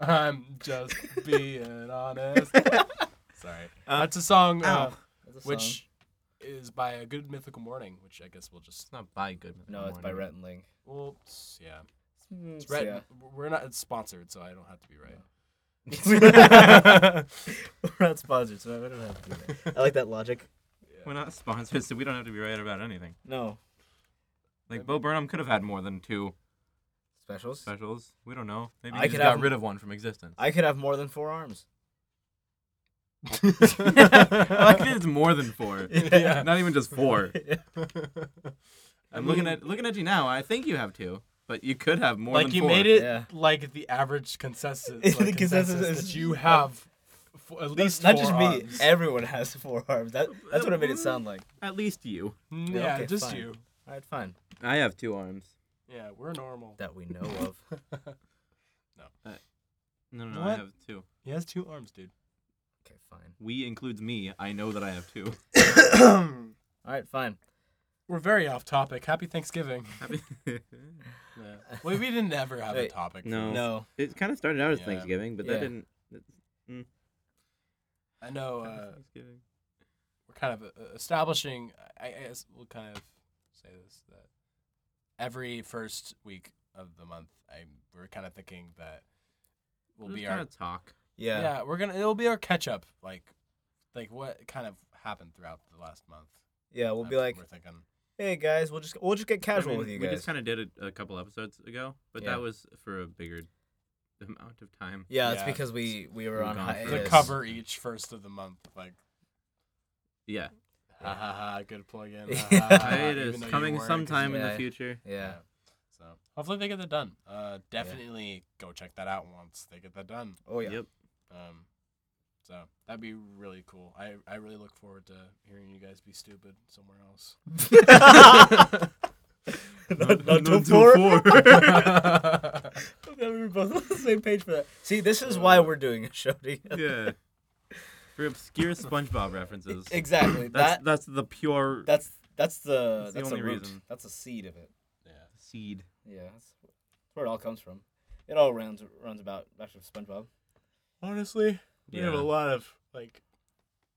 [SPEAKER 1] I'm just being honest. Sorry.
[SPEAKER 2] Uh,
[SPEAKER 1] That's a song uh,
[SPEAKER 3] ow.
[SPEAKER 2] That's a song.
[SPEAKER 1] which is by a good mythical morning, which I guess we'll just
[SPEAKER 3] It's not by good.
[SPEAKER 2] no, it's by
[SPEAKER 3] Morning.
[SPEAKER 2] Rhett and Link.
[SPEAKER 1] well it's- yeah. It's
[SPEAKER 2] Hmm, It's
[SPEAKER 1] right. We're not it's sponsored, so I don't have to be
[SPEAKER 2] Yeah.
[SPEAKER 1] right.
[SPEAKER 2] We're not sponsored, so I don't have to do that. I like that logic.
[SPEAKER 3] We're not sponsored, so we don't have to be right about anything.
[SPEAKER 2] No.
[SPEAKER 3] Like Bo Burnham could have had more than two
[SPEAKER 2] Specials?
[SPEAKER 3] specials. We don't know. Maybe he
[SPEAKER 2] I could
[SPEAKER 3] just got
[SPEAKER 2] have-
[SPEAKER 3] rid of one from existence.
[SPEAKER 2] I could have more than four arms.
[SPEAKER 3] I like that it's more than four.
[SPEAKER 1] Yeah.
[SPEAKER 3] Not even just four.
[SPEAKER 1] I
[SPEAKER 3] I'm looking
[SPEAKER 1] mean,
[SPEAKER 3] at looking at you now. I think you have two, but you could have more.
[SPEAKER 1] like
[SPEAKER 3] than
[SPEAKER 1] you
[SPEAKER 3] four.
[SPEAKER 1] made it
[SPEAKER 2] Yeah.
[SPEAKER 1] like the average consensus, like,
[SPEAKER 2] The
[SPEAKER 1] consensus,
[SPEAKER 2] consensus is-
[SPEAKER 1] that you have f- at least
[SPEAKER 2] not
[SPEAKER 1] four
[SPEAKER 2] just me.
[SPEAKER 1] arms.
[SPEAKER 2] Everyone has four arms. That, that's what I made it sound like.
[SPEAKER 3] At least you.
[SPEAKER 1] Mm,
[SPEAKER 2] Yeah,
[SPEAKER 1] yeah,
[SPEAKER 2] okay,
[SPEAKER 1] just
[SPEAKER 2] fine.
[SPEAKER 1] you.
[SPEAKER 2] All right, fine.
[SPEAKER 3] I have two arms.
[SPEAKER 1] Yeah, we're normal.
[SPEAKER 2] That we know of.
[SPEAKER 3] No, no,
[SPEAKER 1] no,
[SPEAKER 3] no
[SPEAKER 1] I
[SPEAKER 3] I
[SPEAKER 1] What?
[SPEAKER 3] have two.
[SPEAKER 1] He has two arms, dude.
[SPEAKER 2] Okay, fine.
[SPEAKER 3] We includes me. I know that I have two.
[SPEAKER 2] All right, fine.
[SPEAKER 1] We're very off topic. Happy Thanksgiving. Yeah. Well, we didn't ever have a
[SPEAKER 2] Wait.
[SPEAKER 1] topic. for
[SPEAKER 3] No.
[SPEAKER 1] this.
[SPEAKER 2] No.
[SPEAKER 3] it kind of started out as
[SPEAKER 1] Yeah.
[SPEAKER 3] Thanksgiving, but
[SPEAKER 2] Yeah.
[SPEAKER 3] that didn't.
[SPEAKER 1] I know
[SPEAKER 3] that was
[SPEAKER 1] uh,
[SPEAKER 3] Thanksgiving.
[SPEAKER 1] we're kind of uh, establishing. I I guess we'll kind of say this that every first week of the month, I we're kind of thinking that will
[SPEAKER 3] Just
[SPEAKER 1] be our
[SPEAKER 3] kinda talk.
[SPEAKER 1] yeah.
[SPEAKER 2] Yeah.
[SPEAKER 1] we're gonna it'll be our catch up like like what kind of happened throughout the last month.
[SPEAKER 2] Yeah, we'll
[SPEAKER 1] That's
[SPEAKER 2] be
[SPEAKER 1] what
[SPEAKER 2] like,
[SPEAKER 1] we're thinking
[SPEAKER 2] hey guys, we'll just we'll just get
[SPEAKER 3] I
[SPEAKER 2] casual
[SPEAKER 3] mean,
[SPEAKER 2] with you
[SPEAKER 3] we
[SPEAKER 2] guys.
[SPEAKER 3] just kind of did it a couple episodes ago, but
[SPEAKER 2] Yeah.
[SPEAKER 3] that was for a bigger amount of time.
[SPEAKER 2] yeah, it's
[SPEAKER 1] Yeah,
[SPEAKER 2] because we we were
[SPEAKER 3] we've
[SPEAKER 2] on
[SPEAKER 3] gone for
[SPEAKER 2] hiatus.
[SPEAKER 1] to
[SPEAKER 3] Yes.
[SPEAKER 1] cover each first of the month like.
[SPEAKER 3] Yeah,
[SPEAKER 1] Ha ha ha! Good plug in.
[SPEAKER 2] Yeah.
[SPEAKER 1] Ha, ha, ha, ha,
[SPEAKER 3] it
[SPEAKER 1] even
[SPEAKER 3] is
[SPEAKER 1] though you
[SPEAKER 3] coming
[SPEAKER 1] weren't, 'cause
[SPEAKER 3] sometime in
[SPEAKER 2] Yeah.
[SPEAKER 3] the future.
[SPEAKER 2] Yeah.
[SPEAKER 1] So hopefully they get that done. Uh, definitely go check that out once they get that done.
[SPEAKER 2] Oh yeah.
[SPEAKER 3] Yep.
[SPEAKER 1] Um, so that'd be really cool. I, I really look forward to hearing you guys be stupid somewhere else.
[SPEAKER 2] not, not till four. we were both on the same page for that. See, this is why we're doing a show together.
[SPEAKER 3] yeah. For obscure SpongeBob references.
[SPEAKER 2] Exactly.
[SPEAKER 3] That's
[SPEAKER 2] that
[SPEAKER 3] that's the pure
[SPEAKER 2] that's that's the
[SPEAKER 3] That's the
[SPEAKER 2] that's
[SPEAKER 3] only
[SPEAKER 2] root.
[SPEAKER 3] reason.
[SPEAKER 2] That's the seed of it.
[SPEAKER 1] yeah.
[SPEAKER 3] seed.
[SPEAKER 2] Yeah, that's, that's where it all comes from. It all runs runs about back to SpongeBob.
[SPEAKER 1] Honestly, we have
[SPEAKER 3] Yeah.
[SPEAKER 1] a lot of like.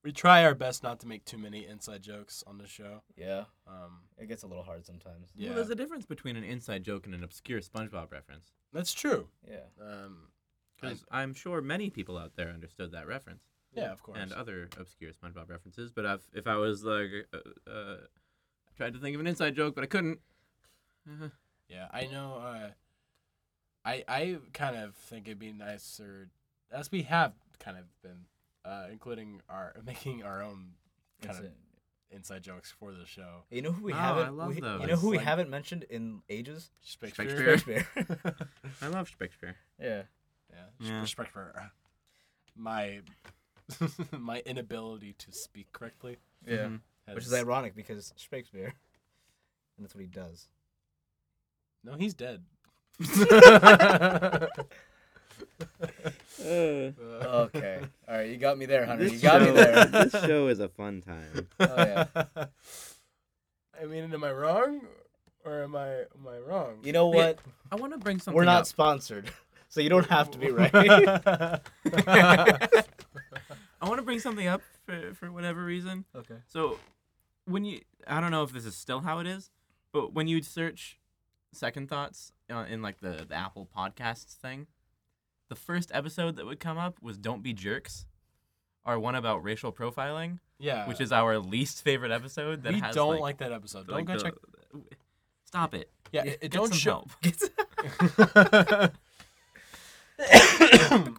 [SPEAKER 1] We try our best not to make too many inside jokes on the show.
[SPEAKER 2] Yeah,
[SPEAKER 1] Um,
[SPEAKER 2] it gets a little hard sometimes.
[SPEAKER 1] yeah,
[SPEAKER 3] Well, there's a difference between an inside joke and an obscure SpongeBob reference.
[SPEAKER 1] that's true.
[SPEAKER 2] Yeah.
[SPEAKER 1] Um,
[SPEAKER 3] Because I'm sure many people out there understood that reference
[SPEAKER 1] yeah, of course.
[SPEAKER 3] and uh, other obscure SpongeBob references. But I've, if I was like, uh, uh, I tried to think of an inside joke, but I couldn't. Uh,
[SPEAKER 1] Yeah, I know. Uh, I I kind of think it'd be nicer as we have kind of been uh, including our making our own kind
[SPEAKER 2] That's
[SPEAKER 1] of
[SPEAKER 2] it.
[SPEAKER 1] inside jokes for the show.
[SPEAKER 2] You know who we
[SPEAKER 3] Oh, I
[SPEAKER 2] haven't?
[SPEAKER 3] love
[SPEAKER 2] we- You know
[SPEAKER 3] those.
[SPEAKER 2] who we
[SPEAKER 1] Like-
[SPEAKER 2] haven't mentioned in ages?
[SPEAKER 1] Shakespeare.
[SPEAKER 3] Shakespeare.
[SPEAKER 2] Shakespeare.
[SPEAKER 3] I love Shakespeare.
[SPEAKER 2] yeah.
[SPEAKER 1] yeah,
[SPEAKER 3] Yeah.
[SPEAKER 1] respect for uh, my my inability to speak correctly.
[SPEAKER 2] Yeah.
[SPEAKER 3] Mhm.
[SPEAKER 2] Which
[SPEAKER 1] has-
[SPEAKER 2] is ironic because Shakespeare. and that's what he does.
[SPEAKER 1] No, he's dead.
[SPEAKER 4] Uh,
[SPEAKER 2] Okay, all right, you got me there, Hunter.
[SPEAKER 4] this
[SPEAKER 2] You got me
[SPEAKER 4] show-
[SPEAKER 2] there.
[SPEAKER 4] this show is a fun time.
[SPEAKER 2] Oh,
[SPEAKER 1] I mean, am I wrong, or am I am I wrong?
[SPEAKER 2] You know what?
[SPEAKER 3] I want to bring something.
[SPEAKER 2] We're not
[SPEAKER 3] up.
[SPEAKER 2] sponsored, so you don't have to be right.
[SPEAKER 3] I want to bring something up for for whatever reason.
[SPEAKER 1] okay.
[SPEAKER 3] So when you, I don't know if this is still how it is, but when you search second thoughts uh, in like the, the Apple Podcasts thing, the first episode that would come up was "Don't Be Jerks," our one about racial profiling,
[SPEAKER 1] Yeah.
[SPEAKER 3] which is our least favorite episode.
[SPEAKER 1] Uh,
[SPEAKER 3] That
[SPEAKER 1] we
[SPEAKER 3] has,
[SPEAKER 1] don't like,
[SPEAKER 3] like,
[SPEAKER 1] that episode. Don't
[SPEAKER 3] like
[SPEAKER 1] go
[SPEAKER 3] the-
[SPEAKER 1] check.
[SPEAKER 3] Stop it.
[SPEAKER 1] Yeah,
[SPEAKER 3] Get-
[SPEAKER 1] it, it
[SPEAKER 3] get
[SPEAKER 1] don't
[SPEAKER 3] some
[SPEAKER 1] show.
[SPEAKER 3] help.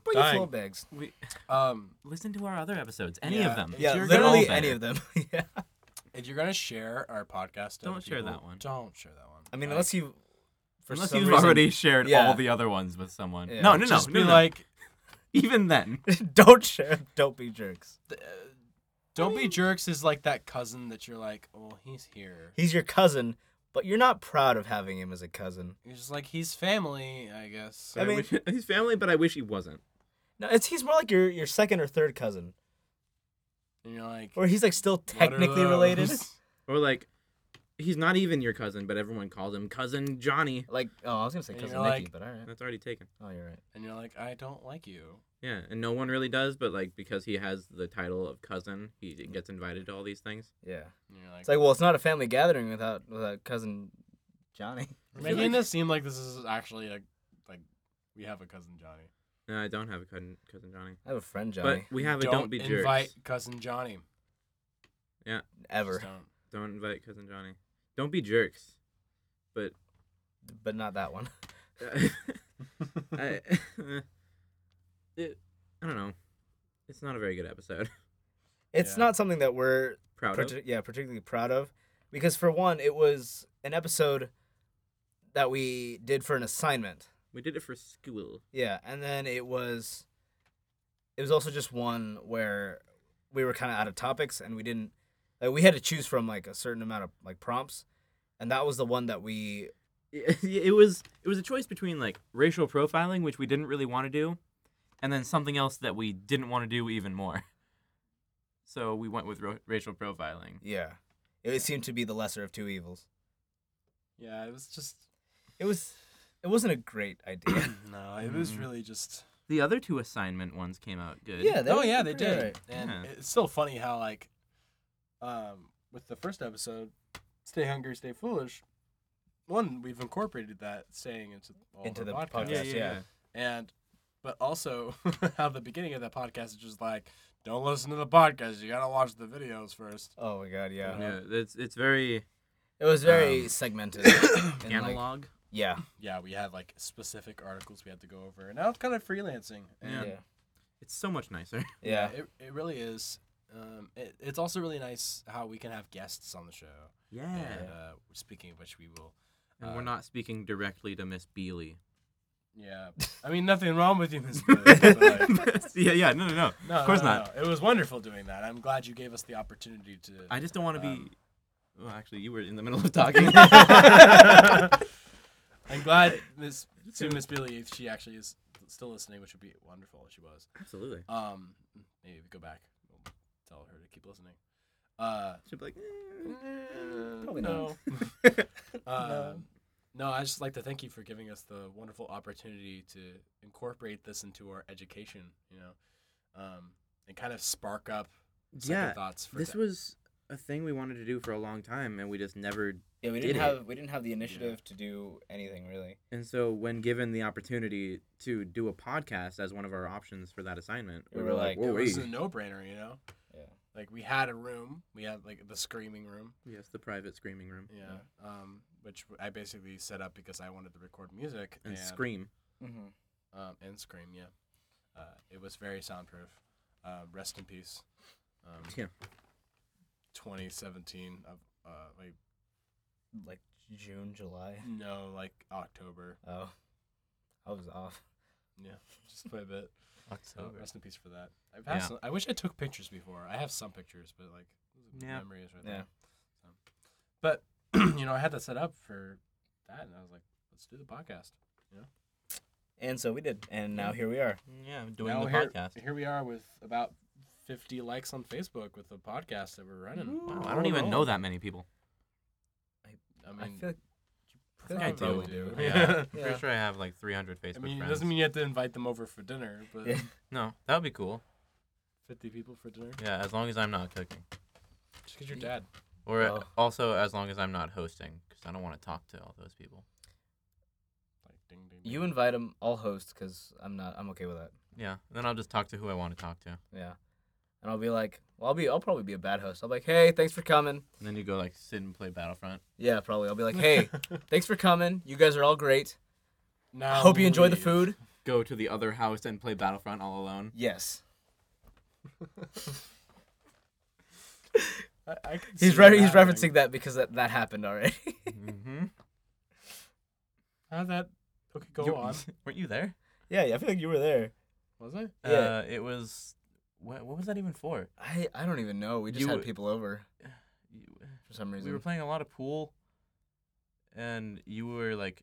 [SPEAKER 2] Put your
[SPEAKER 1] Dying.
[SPEAKER 2] flow bags.
[SPEAKER 3] We,
[SPEAKER 1] um,
[SPEAKER 3] listen to our other episodes, any
[SPEAKER 1] Yeah.
[SPEAKER 3] of them.
[SPEAKER 1] If
[SPEAKER 2] Yeah,
[SPEAKER 1] you're gonna-
[SPEAKER 2] literally
[SPEAKER 3] All
[SPEAKER 2] any
[SPEAKER 3] bad.
[SPEAKER 2] of them. yeah.
[SPEAKER 1] if you're gonna share our podcast, to
[SPEAKER 3] Don't
[SPEAKER 1] other
[SPEAKER 3] share
[SPEAKER 1] people,
[SPEAKER 3] that one.
[SPEAKER 1] Don't share that one.
[SPEAKER 2] I mean,
[SPEAKER 1] Like,
[SPEAKER 2] unless you, for
[SPEAKER 3] Unless
[SPEAKER 2] some
[SPEAKER 3] you've
[SPEAKER 2] reason-
[SPEAKER 3] already shared
[SPEAKER 2] Yeah.
[SPEAKER 3] all the other ones with someone.
[SPEAKER 2] Yeah.
[SPEAKER 3] No, no, no.
[SPEAKER 1] just
[SPEAKER 3] no,
[SPEAKER 1] be
[SPEAKER 3] no.
[SPEAKER 1] like,
[SPEAKER 3] even then.
[SPEAKER 2] don't share. Don't be jerks.
[SPEAKER 1] th- uh, don't be jerks is like that cousin that you're like, oh, he's here.
[SPEAKER 2] He's your cousin, but you're not proud of having him as a cousin.
[SPEAKER 1] You're just like he's family, I guess.
[SPEAKER 2] I mean-
[SPEAKER 3] wish, he's family, but I wish he wasn't.
[SPEAKER 2] No, it's he's more like your your second or third cousin,
[SPEAKER 1] and you're like
[SPEAKER 2] or he's like still
[SPEAKER 1] "What are
[SPEAKER 2] technically related.
[SPEAKER 1] those?"
[SPEAKER 3] Or like, he's not even your cousin, but everyone calls him cousin Johnny.
[SPEAKER 2] Like, oh, I was gonna say
[SPEAKER 1] And
[SPEAKER 2] cousin
[SPEAKER 1] you're
[SPEAKER 2] Nicky,
[SPEAKER 1] like-
[SPEAKER 2] but all right.
[SPEAKER 3] That's already taken.
[SPEAKER 2] Oh, you're right.
[SPEAKER 1] And you're like, I don't like you.
[SPEAKER 3] Yeah, and no one really does, but like because he has the title of cousin, he gets invited to all these things.
[SPEAKER 2] Yeah.
[SPEAKER 1] And you're
[SPEAKER 2] It's
[SPEAKER 1] like,
[SPEAKER 2] like, well, it's not a family gathering without without cousin Johnny.
[SPEAKER 1] we're making this seem like this is actually a like we have a cousin Johnny.
[SPEAKER 3] No, I don't have a cousin, cousin Johnny.
[SPEAKER 2] I have a friend Johnny.
[SPEAKER 3] But we have a don't, be jerks.
[SPEAKER 1] invite cousin Johnny.
[SPEAKER 2] ever,
[SPEAKER 1] Just don't.
[SPEAKER 3] Don't invite cousin Johnny. Don't be jerks. But
[SPEAKER 2] but not that one.
[SPEAKER 3] I, it, eh, I don't know. It's not a very good episode.
[SPEAKER 2] It's
[SPEAKER 1] Yeah.
[SPEAKER 2] not something that we're
[SPEAKER 3] Proud of.
[SPEAKER 2] parti- yeah, particularly proud of, because for one, it was an episode that we did for an assignment.
[SPEAKER 3] We did it for school.
[SPEAKER 2] Yeah, and then it was, it was also just one where we were kind of out of topics and we didn't, like, we had to choose from like a certain amount of like prompts, and that was the one that we
[SPEAKER 3] it it was it was a choice between like racial profiling, which we didn't really want to do, and then something else that we didn't want to do even more. So we went with ro- racial profiling.
[SPEAKER 2] yeah, it seemed to be the lesser of two evils.
[SPEAKER 1] Yeah, it was just
[SPEAKER 2] It was, it wasn't a great idea.
[SPEAKER 1] no, it was
[SPEAKER 3] Mm.
[SPEAKER 1] really just
[SPEAKER 3] The other two assignment ones came out good.
[SPEAKER 2] yeah, that
[SPEAKER 1] Oh
[SPEAKER 2] was
[SPEAKER 1] yeah, they
[SPEAKER 2] pretty
[SPEAKER 1] did.
[SPEAKER 2] alright.
[SPEAKER 1] And
[SPEAKER 3] Yeah.
[SPEAKER 1] it's still funny how like um with the first episode, Stay Hungry, Stay Foolish, one, we've incorporated that saying into all
[SPEAKER 2] Into
[SPEAKER 1] of
[SPEAKER 2] the
[SPEAKER 1] our podcasts.
[SPEAKER 2] podcast, yeah.
[SPEAKER 1] And but also how the beginning of that podcast is just like, don't listen to the podcast, you gotta watch the videos first.
[SPEAKER 2] Oh my god, yeah,
[SPEAKER 1] Yeah.
[SPEAKER 3] Yeah, it's it's very
[SPEAKER 2] it was very
[SPEAKER 3] Um,
[SPEAKER 2] segmented. and, like,
[SPEAKER 3] analog.
[SPEAKER 2] yeah,
[SPEAKER 1] Yeah, we had like specific articles we had to go over. And now it's kind of freelancing.
[SPEAKER 3] Yeah.
[SPEAKER 1] And
[SPEAKER 2] yeah,
[SPEAKER 3] it's so much nicer.
[SPEAKER 2] yeah.
[SPEAKER 1] It, it really is. Um, it, it's also really nice how we can have guests on the show.
[SPEAKER 3] Yeah,
[SPEAKER 1] And uh, speaking of which, we will.
[SPEAKER 3] and we're
[SPEAKER 1] uh,
[SPEAKER 3] not speaking directly to Miss Bealey.
[SPEAKER 1] Yeah, I mean nothing wrong with you, Miss. Blue, but, like,
[SPEAKER 3] yeah, yeah, no, no, no.
[SPEAKER 1] no,
[SPEAKER 3] Of course
[SPEAKER 1] no,
[SPEAKER 3] not.
[SPEAKER 1] no. It was wonderful doing that. I'm glad you gave us the opportunity to.
[SPEAKER 3] I just don't want to
[SPEAKER 1] Um,
[SPEAKER 3] be. Well, actually, you were in the middle of talking.
[SPEAKER 1] I'm glad Miss to Miss Billy if she actually is still listening, which would be wonderful if she was.
[SPEAKER 3] Absolutely.
[SPEAKER 1] Um, maybe go back. We'll tell her to keep listening. Uh,
[SPEAKER 3] She'd be like, "Eh."
[SPEAKER 1] Probably
[SPEAKER 2] Probably not.
[SPEAKER 1] uh, no, I just like to thank you for giving us the wonderful opportunity to incorporate this into our education. You know, um, and kind of spark up second
[SPEAKER 3] Yeah,
[SPEAKER 1] thoughts. For
[SPEAKER 3] this
[SPEAKER 1] the-
[SPEAKER 3] was a thing we wanted to do for a long time and we just never
[SPEAKER 2] Yeah, we
[SPEAKER 3] did
[SPEAKER 2] didn't
[SPEAKER 3] it.
[SPEAKER 2] have we didn't have the initiative to do anything really.
[SPEAKER 3] and so when given the opportunity to do a podcast as one of our options for that assignment we, were like,
[SPEAKER 1] it
[SPEAKER 3] whoa
[SPEAKER 1] was
[SPEAKER 3] wait.
[SPEAKER 1] a no-brainer. You know,
[SPEAKER 2] Yeah.
[SPEAKER 1] like we had a room. We had like the screaming room.
[SPEAKER 3] yes the private screaming room
[SPEAKER 1] Yeah. Um, which I basically set up because I wanted to record music
[SPEAKER 3] and scream
[SPEAKER 2] Mm-hmm.
[SPEAKER 1] um, and scream. Yeah, uh, it was very soundproof. Uh, rest in peace. Um,
[SPEAKER 3] yeah
[SPEAKER 1] 2017 of uh, like
[SPEAKER 2] Like June, July.
[SPEAKER 1] no like October.
[SPEAKER 2] Oh, I was off.
[SPEAKER 1] Yeah, just by a bit. So rest in peace for that. I've
[SPEAKER 3] Yeah.
[SPEAKER 1] had some, I wish I took pictures before. I have some pictures, but like those are
[SPEAKER 3] Yeah.
[SPEAKER 1] memories right
[SPEAKER 2] Yeah.
[SPEAKER 1] there. So. But you know, I had that set up for that, and I was like, let's do the podcast.
[SPEAKER 2] And so we did. And now here we are.
[SPEAKER 3] Yeah, doing
[SPEAKER 1] Now
[SPEAKER 3] the
[SPEAKER 1] here,
[SPEAKER 3] podcast.
[SPEAKER 1] Here we are with about 50 likes on Facebook with the podcast that we're running.
[SPEAKER 3] Wow, I don't even know that many people.
[SPEAKER 1] I mean,
[SPEAKER 2] I feel like
[SPEAKER 1] I think
[SPEAKER 2] I
[SPEAKER 1] I
[SPEAKER 2] do.
[SPEAKER 1] probably do.
[SPEAKER 3] Yeah, I'm
[SPEAKER 2] Yeah.
[SPEAKER 3] pretty sure I have like 300 Facebook
[SPEAKER 1] I mean, it
[SPEAKER 3] friends.
[SPEAKER 1] doesn't mean you have to invite them over for dinner, but
[SPEAKER 2] Yeah.
[SPEAKER 3] no, that would be cool.
[SPEAKER 1] 50 people for dinner.
[SPEAKER 3] Yeah, as long as I'm not cooking,
[SPEAKER 1] Just because you're dad.
[SPEAKER 3] or uh,
[SPEAKER 1] Oh.
[SPEAKER 2] Well.
[SPEAKER 3] also as long as I'm not hosting, because I don't want to talk to all those people.
[SPEAKER 1] Like, ding, ding, ding.
[SPEAKER 2] you invite them. I'll host because I'm not. I'm okay with that.
[SPEAKER 3] Yeah, then I'll just talk to who I want to talk to.
[SPEAKER 2] Yeah. And I'll be like, well, I'll be. I'll probably be a bad host. I'll be like, hey, thanks for coming.
[SPEAKER 3] And then you go like sit and play Battlefront.
[SPEAKER 2] Yeah, probably. I'll be like, hey, thanks for coming. You guys are all great.
[SPEAKER 1] Now
[SPEAKER 2] I hope you enjoy the
[SPEAKER 1] leave.
[SPEAKER 2] food.
[SPEAKER 3] Go to the other house and play Battlefront all alone.
[SPEAKER 2] Yes.
[SPEAKER 1] I, I can
[SPEAKER 2] He's
[SPEAKER 1] see
[SPEAKER 2] re-
[SPEAKER 1] that
[SPEAKER 2] he's
[SPEAKER 1] happening.
[SPEAKER 2] referencing that because that, that happened already.
[SPEAKER 3] mm-hmm.
[SPEAKER 1] How that? Okay, go on.
[SPEAKER 3] Weren't you there?
[SPEAKER 2] yeah, yeah, I feel like you were there.
[SPEAKER 1] Was I?
[SPEAKER 2] Yeah.
[SPEAKER 3] Uh, it was. What, what was that even for?
[SPEAKER 2] I, I don't even know. We just
[SPEAKER 3] You
[SPEAKER 2] had
[SPEAKER 3] were-
[SPEAKER 2] people over
[SPEAKER 3] You,
[SPEAKER 2] for some reason.
[SPEAKER 3] we were playing a lot of pool, and you were like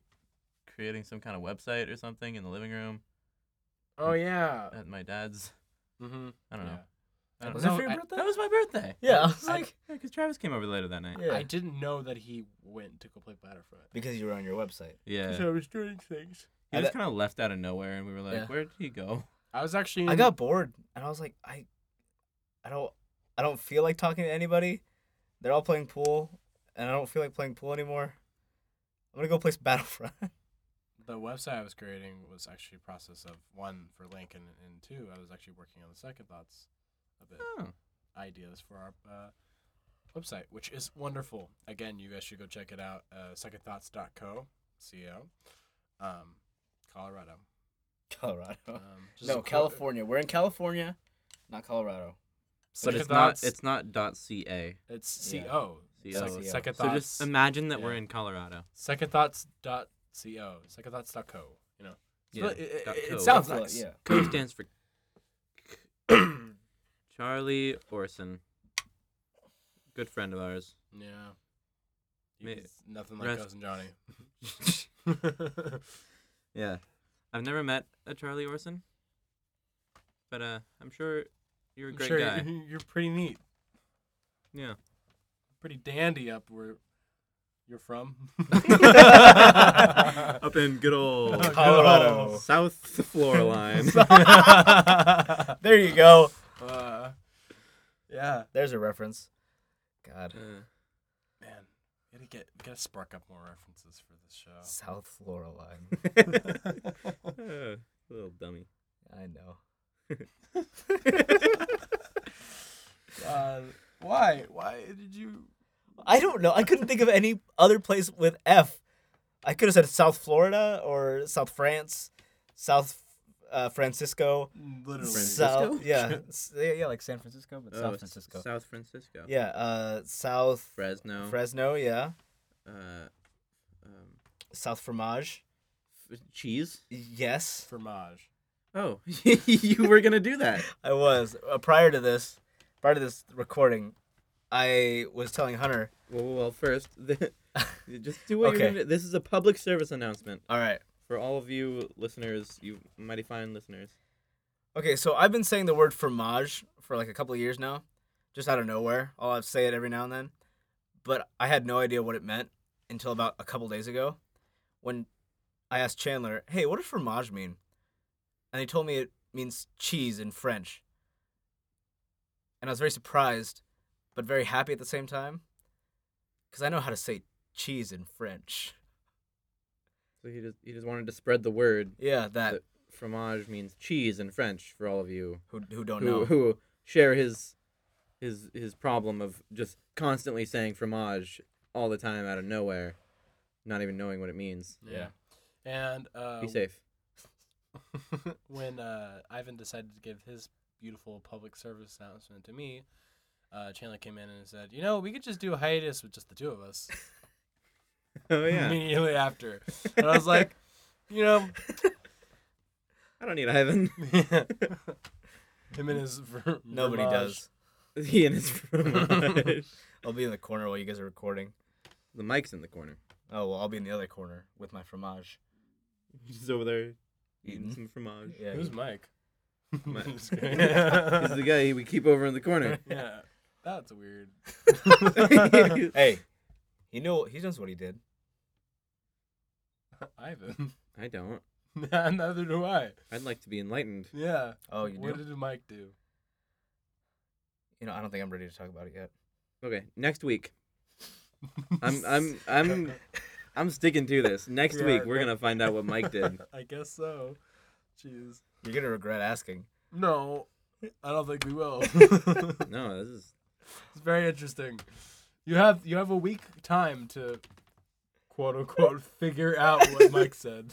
[SPEAKER 3] creating some kind of website or something in the living room
[SPEAKER 1] Oh yeah.
[SPEAKER 3] at my dad's.
[SPEAKER 1] Mm-hmm.
[SPEAKER 3] I don't know. I don't
[SPEAKER 2] was
[SPEAKER 3] know.
[SPEAKER 1] No,
[SPEAKER 2] it for your
[SPEAKER 1] I-
[SPEAKER 2] birthday?
[SPEAKER 3] That was my birthday.
[SPEAKER 2] yeah, I was
[SPEAKER 1] I-
[SPEAKER 2] like,
[SPEAKER 3] Yeah, because Travis came over later that night.
[SPEAKER 2] yeah.
[SPEAKER 1] I didn't know that he went to go play Battlefront.
[SPEAKER 2] because you were on your website.
[SPEAKER 3] Yeah.
[SPEAKER 1] I was doing things.
[SPEAKER 3] he
[SPEAKER 2] I
[SPEAKER 3] was
[SPEAKER 2] bet-
[SPEAKER 3] kind of left out of nowhere, and we were like,
[SPEAKER 2] Yeah.
[SPEAKER 3] "Where'd he go?"
[SPEAKER 1] I was actually. In,
[SPEAKER 2] I got bored and I was like, I, I don't, I don't feel like talking to anybody. They're all playing pool, and I don't feel like playing pool anymore. I'm gonna go play some Battlefront.
[SPEAKER 1] the website I was creating was actually a process of one for Lincoln and two. I was actually working on the second thoughts a bit.
[SPEAKER 3] Oh.
[SPEAKER 1] ideas for our uh, website, which is wonderful. Again, you guys should go check it out. Uh, secondthoughts.co, co, um, Colorado.
[SPEAKER 2] Colorado.
[SPEAKER 3] Oh.
[SPEAKER 1] Um, just
[SPEAKER 2] No,
[SPEAKER 1] a quick-
[SPEAKER 2] California. We're in California, not
[SPEAKER 3] But
[SPEAKER 2] Colorado.
[SPEAKER 1] Second
[SPEAKER 3] it's not.
[SPEAKER 1] Thoughts,
[SPEAKER 3] It's E not dot ca.
[SPEAKER 1] it's E
[SPEAKER 2] yeah.
[SPEAKER 1] co.
[SPEAKER 3] CO.
[SPEAKER 1] Second,
[SPEAKER 2] CO.
[SPEAKER 1] second
[SPEAKER 3] So
[SPEAKER 1] thoughts.
[SPEAKER 3] just imagine that we're
[SPEAKER 1] yeah.
[SPEAKER 3] in Colorado.
[SPEAKER 1] second thoughts dot co. Second thoughts dot co. You know. It's really- it,
[SPEAKER 3] dot
[SPEAKER 1] it- it
[SPEAKER 3] co.
[SPEAKER 1] sounds
[SPEAKER 2] That's what-
[SPEAKER 1] nice.
[SPEAKER 2] Yeah.
[SPEAKER 3] Co stands for Charlie Orson, good friend of ours.
[SPEAKER 1] Yeah.
[SPEAKER 3] Ma-
[SPEAKER 1] It's nothing like
[SPEAKER 3] rest-
[SPEAKER 1] cousin Johnny.
[SPEAKER 3] yeah, I've never met a Charlie Orson, but uh, I'm sure you're a
[SPEAKER 1] I'm
[SPEAKER 3] great
[SPEAKER 1] sure
[SPEAKER 3] guy.
[SPEAKER 1] You're, you're pretty neat,
[SPEAKER 3] Yeah.
[SPEAKER 1] pretty dandy up where you're from.
[SPEAKER 3] Up in good old
[SPEAKER 2] Colorado.
[SPEAKER 4] South floor line.
[SPEAKER 2] There you go.
[SPEAKER 1] Uh, yeah,
[SPEAKER 2] There's a reference. God.
[SPEAKER 3] Uh,
[SPEAKER 1] man, we gotta get we gotta spark up more references for this show.
[SPEAKER 2] South Florida line.
[SPEAKER 3] uh, little dummy.
[SPEAKER 2] I know.
[SPEAKER 1] Uh, why? Why did you?
[SPEAKER 2] I don't know. I couldn't think of any other place with F. I could have said South Florida or South France, South uh, Francisco,
[SPEAKER 1] Literally,
[SPEAKER 2] South yeah, S- yeah, yeah, like San Francisco, but
[SPEAKER 3] Oh,
[SPEAKER 2] South
[SPEAKER 3] S-
[SPEAKER 2] Francisco.
[SPEAKER 3] South Francisco.
[SPEAKER 2] Yeah, uh, South
[SPEAKER 3] Fresno.
[SPEAKER 2] Fresno, yeah,
[SPEAKER 3] uh, um,
[SPEAKER 2] South Fromage.
[SPEAKER 3] f- cheese.
[SPEAKER 2] Yes,
[SPEAKER 1] fromage.
[SPEAKER 3] Oh, you were gonna do that.
[SPEAKER 2] I was uh, prior to this, prior to this recording, I was telling Hunter.
[SPEAKER 3] Well, well, well, first, the, just do what
[SPEAKER 2] Okay.
[SPEAKER 3] you're gonna do. This is a public service announcement
[SPEAKER 2] All right,
[SPEAKER 3] for all of you listeners, you mighty fine listeners.
[SPEAKER 2] Okay, so I've been saying the word fromage for like a couple of years now, just out of nowhere. I'll have to say it every now and then, but I had no idea what it meant until about a couple days ago, when I asked Chandler, "Hey, what does fromage mean?" And he told me it means cheese in French, and I was very surprised, but very happy at the same time, because I know how to say cheese in French.
[SPEAKER 3] So he just he just wanted to spread the word
[SPEAKER 2] Yeah, that
[SPEAKER 3] that fromage means cheese in French for all of you
[SPEAKER 2] who who don't
[SPEAKER 3] who
[SPEAKER 2] know.
[SPEAKER 3] who share his his his problem of just constantly saying fromage all the time out of nowhere, not even knowing what it means.
[SPEAKER 1] Yeah, and uh,
[SPEAKER 3] Be safe.
[SPEAKER 1] when uh, Ivan decided to give his beautiful public service announcement to me, uh, Chandler came in and said, "You know, we could just do a hiatus with just the two of us."
[SPEAKER 3] Oh yeah.
[SPEAKER 1] Immediately after, and I was like, "You know,
[SPEAKER 3] I don't need Ivan.
[SPEAKER 1] him and his ver-
[SPEAKER 2] Nobody
[SPEAKER 1] fromage.
[SPEAKER 2] does.
[SPEAKER 3] he and his fromage.
[SPEAKER 2] I'll be in the corner while you guys are recording.
[SPEAKER 3] The mic's in the corner.
[SPEAKER 2] Oh well, I'll be in the other corner with my fromage.
[SPEAKER 4] Just over there eating
[SPEAKER 2] Eating.
[SPEAKER 4] some fromage.
[SPEAKER 2] Yeah.
[SPEAKER 1] Who's Mike?
[SPEAKER 4] Mike.
[SPEAKER 1] Just kidding.
[SPEAKER 3] He's the guy we keep over in the corner.
[SPEAKER 1] yeah, that's weird.
[SPEAKER 4] I
[SPEAKER 2] hey, he knew. He knows what he did.
[SPEAKER 1] Ivan.
[SPEAKER 4] don't.
[SPEAKER 1] Neither do I.
[SPEAKER 4] I'd like to be enlightened.
[SPEAKER 1] Yeah.
[SPEAKER 2] Oh, you
[SPEAKER 1] what
[SPEAKER 2] do.
[SPEAKER 1] did Mike do?
[SPEAKER 2] You know, I don't think I'm ready to talk about it yet.
[SPEAKER 4] Okay, next week. I'm I'm I'm I'm sticking to this. Next
[SPEAKER 1] Yeah,
[SPEAKER 4] week we're
[SPEAKER 1] that-
[SPEAKER 4] gonna find out what Mike did.
[SPEAKER 1] I guess so. Jeez.
[SPEAKER 2] You're gonna regret asking.
[SPEAKER 1] No, I don't think we will. it's
[SPEAKER 4] No, this is
[SPEAKER 1] very interesting. You have you have a week time to quote unquote figure out what Mike said.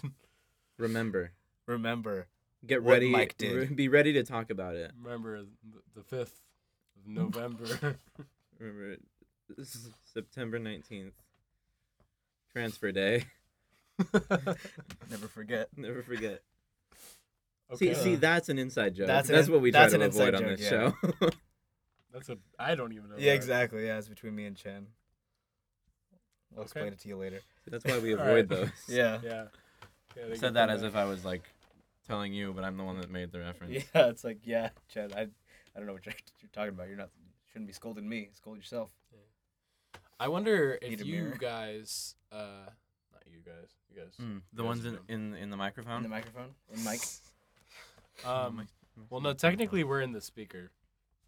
[SPEAKER 4] remember.
[SPEAKER 2] Remember,
[SPEAKER 4] Get
[SPEAKER 2] What
[SPEAKER 4] ready.
[SPEAKER 2] Mike did.
[SPEAKER 4] re- be ready to talk about it.
[SPEAKER 1] Remember th- the fifth of November.
[SPEAKER 4] Remember, this is September nineteenth, transfer day.
[SPEAKER 2] never forget.
[SPEAKER 4] Never forget.
[SPEAKER 1] okay.
[SPEAKER 4] See, see, that's an inside joke.
[SPEAKER 2] That's
[SPEAKER 4] That's,
[SPEAKER 2] an in-
[SPEAKER 4] what we try
[SPEAKER 2] that's
[SPEAKER 4] to
[SPEAKER 2] an
[SPEAKER 4] avoid
[SPEAKER 2] inside
[SPEAKER 4] on
[SPEAKER 2] joke,
[SPEAKER 4] this
[SPEAKER 2] yeah.
[SPEAKER 4] show.
[SPEAKER 1] that's a I don't even know.
[SPEAKER 2] Yeah,
[SPEAKER 1] that.
[SPEAKER 2] exactly. Yeah, it's between me and Chen. I'll
[SPEAKER 1] Okay.
[SPEAKER 2] explain it to you later.
[SPEAKER 4] that's why we
[SPEAKER 1] All right.
[SPEAKER 4] avoid those.
[SPEAKER 2] Yeah.
[SPEAKER 1] Yeah. Yeah, they
[SPEAKER 3] Said
[SPEAKER 1] get
[SPEAKER 3] that as
[SPEAKER 1] back.
[SPEAKER 3] if I was like telling you, but I'm the one that made the reference.
[SPEAKER 2] Yeah, it's like yeah, Chen. I, I don't know what you're, you're talking about. You're not shouldn't be scolding me. Scold yourself.
[SPEAKER 1] I wonder
[SPEAKER 2] Need
[SPEAKER 1] if
[SPEAKER 2] a
[SPEAKER 1] you
[SPEAKER 2] mirror.
[SPEAKER 1] guys, uh, not you guys, you guys.
[SPEAKER 3] Mm, the
[SPEAKER 1] Yes,
[SPEAKER 3] ones in,
[SPEAKER 1] no.
[SPEAKER 3] in in the microphone.
[SPEAKER 2] In the microphone. In mic. Hmm.
[SPEAKER 1] Um, well, no, technically we're in the speaker.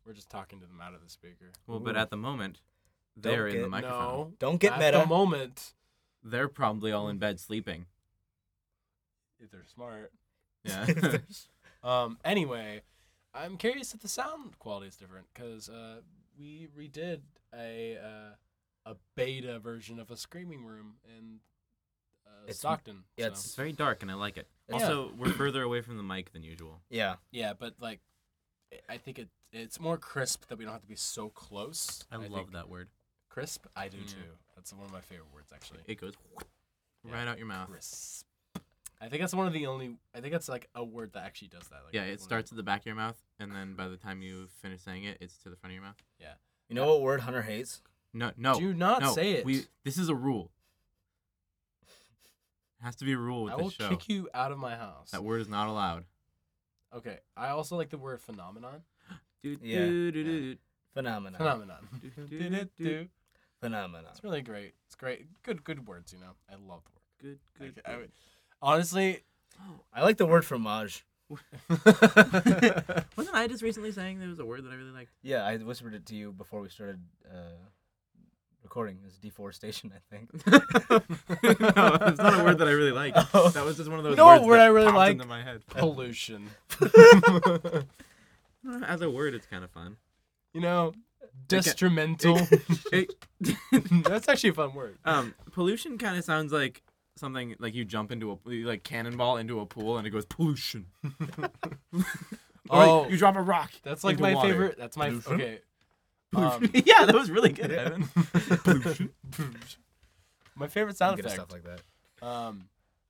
[SPEAKER 1] We're just talking to them out of the speaker.
[SPEAKER 3] Well, but
[SPEAKER 4] Ooh.
[SPEAKER 3] at the moment,
[SPEAKER 2] Don't
[SPEAKER 3] they're in the
[SPEAKER 2] get-
[SPEAKER 3] microphone.
[SPEAKER 1] No,
[SPEAKER 2] Don't get
[SPEAKER 1] at the
[SPEAKER 2] meta.
[SPEAKER 1] moment.
[SPEAKER 3] They're probably all in bed sleeping.
[SPEAKER 1] If they're smart.
[SPEAKER 3] Yeah.
[SPEAKER 1] Um. Anyway, I'm curious if the sound quality is different because uh, we redid a uh, a beta version of a screaming room in uh,
[SPEAKER 2] It's-
[SPEAKER 1] Stockton.
[SPEAKER 2] yeah,
[SPEAKER 1] so-
[SPEAKER 2] it's-
[SPEAKER 3] it's very dark, and I like it.
[SPEAKER 2] It's-
[SPEAKER 3] Also, we're further away from the mic than usual.
[SPEAKER 2] yeah.
[SPEAKER 1] yeah, but like, I- I think it it's more crisp that we don't have to be so close.
[SPEAKER 3] I, love
[SPEAKER 1] think-
[SPEAKER 3] that word.
[SPEAKER 1] Crisp? I do
[SPEAKER 3] Yeah.
[SPEAKER 1] too. That's one of my favorite words actually.
[SPEAKER 3] It goes
[SPEAKER 1] Yeah.
[SPEAKER 3] right out your mouth.
[SPEAKER 1] Crisp. I think that's one of the only I think that's like a word that actually does that. Like
[SPEAKER 3] Yeah,
[SPEAKER 1] one
[SPEAKER 3] it
[SPEAKER 1] of-
[SPEAKER 3] starts at the back of your mouth, and then by the time you finish saying it, it's to the front of your mouth.
[SPEAKER 2] You know what word Hunter hates?
[SPEAKER 3] No, no,
[SPEAKER 1] Do not
[SPEAKER 3] no.
[SPEAKER 1] say it.
[SPEAKER 3] We this is a rule. It has to be a rule with
[SPEAKER 1] I
[SPEAKER 3] this
[SPEAKER 1] will
[SPEAKER 3] show.
[SPEAKER 1] kick you out of my house.
[SPEAKER 3] That word is not allowed.
[SPEAKER 1] Okay. I also like the word phenomenon.
[SPEAKER 3] Do,
[SPEAKER 2] Yeah.
[SPEAKER 3] do, do, do,
[SPEAKER 2] Phenomenon.
[SPEAKER 1] Phenomenon.
[SPEAKER 3] do, do, do, do, do.
[SPEAKER 1] Do-do-do.
[SPEAKER 2] Phenomenon.
[SPEAKER 1] It's really great. It's great. Good good words, you know. I love the word.
[SPEAKER 3] Good,
[SPEAKER 1] I
[SPEAKER 3] good.
[SPEAKER 1] c- I
[SPEAKER 3] good.
[SPEAKER 1] would- honestly
[SPEAKER 2] I like the word fromage.
[SPEAKER 3] Wasn't I just recently saying there was a word that I really liked?
[SPEAKER 2] Yeah, I whispered it to you before we started uh, recording. It's deforestation, I think.
[SPEAKER 3] no, it's not a word that I really like.
[SPEAKER 2] Oh.
[SPEAKER 3] That was just one of those
[SPEAKER 1] You know what
[SPEAKER 3] words
[SPEAKER 1] word
[SPEAKER 3] that
[SPEAKER 1] I really
[SPEAKER 3] popped
[SPEAKER 1] like?
[SPEAKER 3] into my head.
[SPEAKER 1] pollution.
[SPEAKER 3] As a word, it's kind of fun.
[SPEAKER 1] You know,
[SPEAKER 3] They ca-
[SPEAKER 1] detrimental.
[SPEAKER 3] It-
[SPEAKER 1] that's actually a fun word.
[SPEAKER 3] um, pollution kind of sounds like something like you jump into a you, like cannonball into a pool and it goes pollution. Or
[SPEAKER 1] Oh.
[SPEAKER 3] you drop a rock.
[SPEAKER 1] That's like
[SPEAKER 3] into
[SPEAKER 1] my
[SPEAKER 3] water.
[SPEAKER 1] favorite. That's my
[SPEAKER 3] Pollution?
[SPEAKER 1] okay.
[SPEAKER 3] Pollution.
[SPEAKER 1] Um,
[SPEAKER 3] yeah, that was really good, Evan. pollution.
[SPEAKER 1] my favorite
[SPEAKER 2] I'm
[SPEAKER 1] sound
[SPEAKER 2] good at
[SPEAKER 1] effect.
[SPEAKER 2] stuff like that.
[SPEAKER 1] um,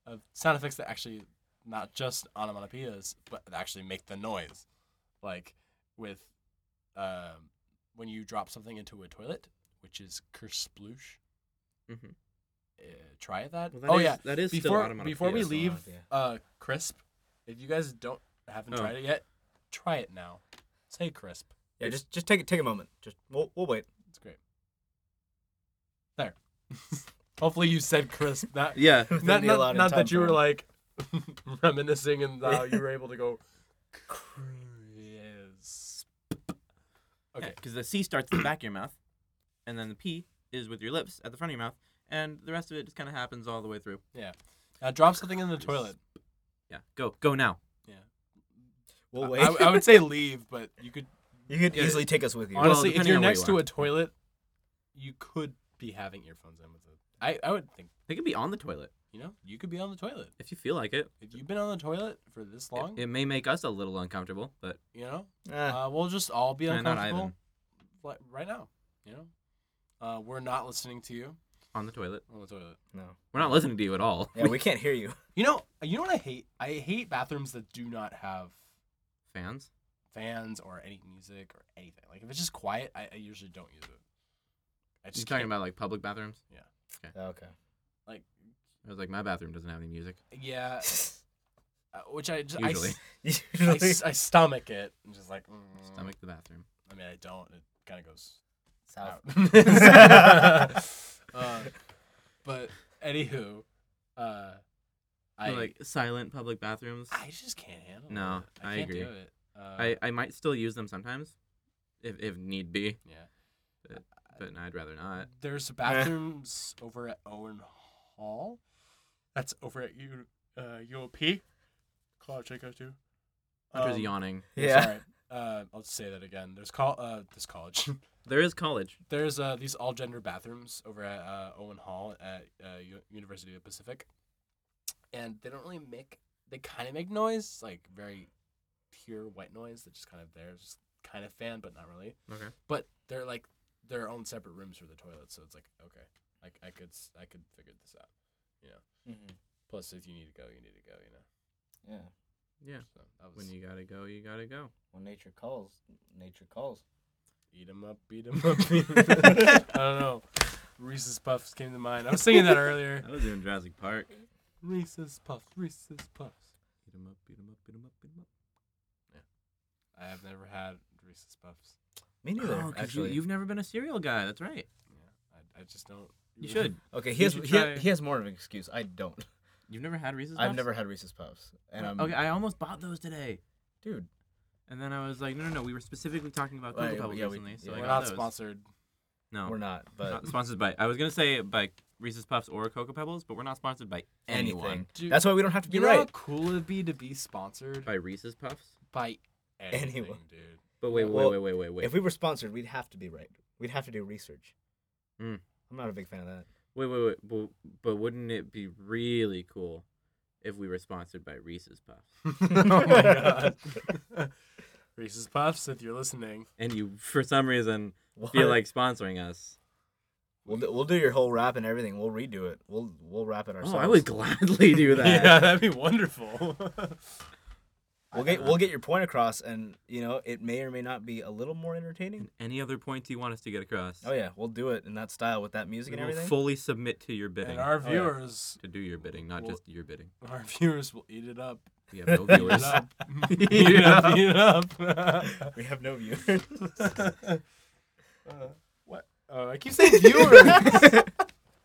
[SPEAKER 1] of sound effects that actually not just onomatopoeias, but that actually make the noise, like with um, when you drop something into a toilet, which is kersploosh.
[SPEAKER 3] Mm-hmm.
[SPEAKER 4] Mhm.
[SPEAKER 1] Uh, try that.
[SPEAKER 4] Well, that
[SPEAKER 1] oh
[SPEAKER 4] is-
[SPEAKER 1] yeah.
[SPEAKER 4] that is
[SPEAKER 1] Before
[SPEAKER 4] still
[SPEAKER 1] before we
[SPEAKER 4] onomatopoeia.
[SPEAKER 1] leave,
[SPEAKER 2] onomatopoeia.
[SPEAKER 1] uh, crisp. If you guys don't haven't
[SPEAKER 3] Oh.
[SPEAKER 1] tried it yet, try it now. Say crisp.
[SPEAKER 2] Yeah, just just take it. Take a moment. Just we'll, we'll wait.
[SPEAKER 1] It's great. There. Hopefully you said crisp. Not
[SPEAKER 4] Yeah,
[SPEAKER 2] Within
[SPEAKER 1] not,
[SPEAKER 2] the
[SPEAKER 1] not,
[SPEAKER 2] allotted
[SPEAKER 1] not that
[SPEAKER 2] time
[SPEAKER 1] you were
[SPEAKER 2] frame.
[SPEAKER 1] like reminiscing and how you were able to go crisp.
[SPEAKER 3] Okay,
[SPEAKER 1] Okay.
[SPEAKER 3] because the C starts at the back of your mouth, and then the P is with your lips at the front of your mouth, and the rest of it just kind of happens all the way through.
[SPEAKER 1] Now drop something in the toilet.
[SPEAKER 3] Yeah, go, go now.
[SPEAKER 2] We'll wait.
[SPEAKER 1] I, I would say leave, but you could
[SPEAKER 2] you could
[SPEAKER 3] Yeah.
[SPEAKER 2] easily take us with you.
[SPEAKER 3] Well,
[SPEAKER 1] honestly if
[SPEAKER 3] depending
[SPEAKER 1] you're
[SPEAKER 3] on where
[SPEAKER 1] next
[SPEAKER 3] you
[SPEAKER 1] to
[SPEAKER 3] are.
[SPEAKER 1] a toilet, you could be having earphones in with it. I, I would think
[SPEAKER 3] They could be on the toilet
[SPEAKER 1] you know, you could be on the toilet.
[SPEAKER 3] if you feel like it.
[SPEAKER 1] If you've been on the toilet for this
[SPEAKER 3] It,
[SPEAKER 1] long,
[SPEAKER 3] it may make us a little uncomfortable, but
[SPEAKER 1] you know,
[SPEAKER 2] Ah,
[SPEAKER 1] uh, we'll just all be
[SPEAKER 3] eh, not
[SPEAKER 1] uncomfortable
[SPEAKER 3] Ivan
[SPEAKER 1] like, right now. You know, uh, we're not listening to you
[SPEAKER 3] on the toilet.
[SPEAKER 1] on the toilet.
[SPEAKER 2] no.
[SPEAKER 3] We're not listening to you at all.
[SPEAKER 2] Yeah, we can't hear you.
[SPEAKER 1] You know, you know what I hate? I hate bathrooms that do not have
[SPEAKER 3] Fans.
[SPEAKER 1] fans or any music or anything. Like if it's just quiet, I, I usually don't use it. I
[SPEAKER 3] Just
[SPEAKER 1] just
[SPEAKER 3] talking
[SPEAKER 1] can't-
[SPEAKER 3] about like public bathrooms.
[SPEAKER 2] Okay.
[SPEAKER 3] I was like, my bathroom doesn't have any music.
[SPEAKER 1] Yeah, uh, which I just I s-
[SPEAKER 3] Usually,
[SPEAKER 1] I,
[SPEAKER 2] Usually.
[SPEAKER 1] s- I stomach it. I'm just like mm.
[SPEAKER 3] stomach the bathroom.
[SPEAKER 1] I mean, I don't. It kind of goes
[SPEAKER 2] South.
[SPEAKER 1] out. uh, but anywho, uh, I
[SPEAKER 3] I like silent public bathrooms.
[SPEAKER 1] I just can't handle
[SPEAKER 3] No,
[SPEAKER 1] it. I,
[SPEAKER 3] I
[SPEAKER 1] can't
[SPEAKER 3] agree.
[SPEAKER 1] do it. Uh,
[SPEAKER 3] I, I might still use them sometimes, if if need be,
[SPEAKER 1] yeah.
[SPEAKER 3] but I'd rather not.
[SPEAKER 1] There's bathrooms over at Owen Hall. That's over at U uh, UOP. College Shakeout too.
[SPEAKER 3] Hunter's
[SPEAKER 1] Um,
[SPEAKER 3] yawning.
[SPEAKER 2] Yeah.
[SPEAKER 1] Sorry. Uh, I'll say that again. There's call uh this college.
[SPEAKER 3] There is college.
[SPEAKER 1] There's uh, these all gender bathrooms over at uh, Owen Hall at uh, U- University of the Pacific, and they don't really make. They kind of make noise, like very pure white noise. That just kind of there, just kind of fan, but not really.
[SPEAKER 3] Okay.
[SPEAKER 1] But they're like their own separate rooms for the toilets, so it's like okay, I, I could s- I could figure this out.
[SPEAKER 2] Mhm.
[SPEAKER 1] Plus, if you need to go, you need to go. You know.
[SPEAKER 2] Yeah.
[SPEAKER 3] Yeah.
[SPEAKER 1] So that was
[SPEAKER 3] When you gotta go, you gotta go.
[SPEAKER 2] When nature calls, nature calls.
[SPEAKER 1] eat 'em up, beat 'em up. Beat 'em up. I don't know. Reese's Puffs came to mind. I was singing that earlier.
[SPEAKER 3] I was doing Jurassic Park.
[SPEAKER 1] Reese's Puffs, Reese's Puffs.
[SPEAKER 3] Beat 'em up, beat 'em up, beat 'em up, beat 'em up.
[SPEAKER 1] I have never had Reese's Puffs.
[SPEAKER 2] Me neither.
[SPEAKER 3] Oh, 'cause
[SPEAKER 2] actually.
[SPEAKER 3] you, have never been a cereal guy. That's right.
[SPEAKER 1] Yeah, I, I just don't.
[SPEAKER 3] You should.
[SPEAKER 2] okay. He
[SPEAKER 3] you
[SPEAKER 2] has
[SPEAKER 3] should
[SPEAKER 2] he, ha-
[SPEAKER 3] try-
[SPEAKER 2] he has more of an excuse. I don't.
[SPEAKER 3] You've never had Reese's.
[SPEAKER 2] I've
[SPEAKER 3] Puffs?
[SPEAKER 2] never had Reese's Puffs, and I'm
[SPEAKER 3] okay, I almost bought those today,
[SPEAKER 2] dude.
[SPEAKER 3] and then I was like, no, no, no. We were specifically talking about Cocoa
[SPEAKER 2] Right,
[SPEAKER 3] Pebbles
[SPEAKER 2] yeah, we-
[SPEAKER 3] recently, so
[SPEAKER 2] yeah.
[SPEAKER 3] I
[SPEAKER 1] We're
[SPEAKER 3] got
[SPEAKER 1] not
[SPEAKER 3] those.
[SPEAKER 1] sponsored.
[SPEAKER 3] No,
[SPEAKER 2] We're not, but
[SPEAKER 3] not sponsored by. I was gonna say by Reese's Puffs or Cocoa Pebbles, but we're not sponsored by
[SPEAKER 2] anything.
[SPEAKER 3] anyone.
[SPEAKER 1] Dude,
[SPEAKER 2] That's why we don't have to be
[SPEAKER 1] You know how
[SPEAKER 2] right.
[SPEAKER 1] cool it'd be to be sponsored
[SPEAKER 3] By Reese's Puffs.
[SPEAKER 1] by anything,
[SPEAKER 2] Anyone.
[SPEAKER 1] dude.
[SPEAKER 3] But wait,
[SPEAKER 2] Well,
[SPEAKER 3] wait, wait, wait, wait, wait.
[SPEAKER 2] If we were sponsored, we'd have to be right. We'd have to do research.
[SPEAKER 3] Mm.
[SPEAKER 2] I'm not a big fan of that.
[SPEAKER 3] Wait, wait, wait. But, but wouldn't it be really cool if we were sponsored by Reese's Puffs?
[SPEAKER 1] oh my god. Reese's Puffs, if you're listening,
[SPEAKER 3] And you, for some reason,
[SPEAKER 2] What?
[SPEAKER 3] feel like sponsoring us.
[SPEAKER 2] we'll do, we'll do your whole rap and everything. We'll redo it. We'll we'll wrap it ourselves.
[SPEAKER 3] Oh, I would gladly do that.
[SPEAKER 1] yeah, that'd be wonderful.
[SPEAKER 2] We'll get we'll get your point across, and you know it may or may not be a little more entertaining.
[SPEAKER 3] And any other points you want us to get across?
[SPEAKER 2] Oh yeah, we'll do it in that style with that music
[SPEAKER 3] We
[SPEAKER 2] and
[SPEAKER 3] will
[SPEAKER 2] everything.
[SPEAKER 3] fully submit to your bidding.
[SPEAKER 1] and our
[SPEAKER 2] yeah.
[SPEAKER 1] viewers,
[SPEAKER 3] To do your bidding, not
[SPEAKER 1] Well-
[SPEAKER 3] just your bidding.
[SPEAKER 1] our viewers will eat it up.
[SPEAKER 3] We have no
[SPEAKER 1] Eat it
[SPEAKER 3] viewers.
[SPEAKER 1] up. eat
[SPEAKER 3] Eat
[SPEAKER 1] it
[SPEAKER 3] it
[SPEAKER 1] up.
[SPEAKER 3] up.
[SPEAKER 1] Eat it up.
[SPEAKER 2] we have no viewers.
[SPEAKER 1] Uh, what? Oh, I keep saying viewers.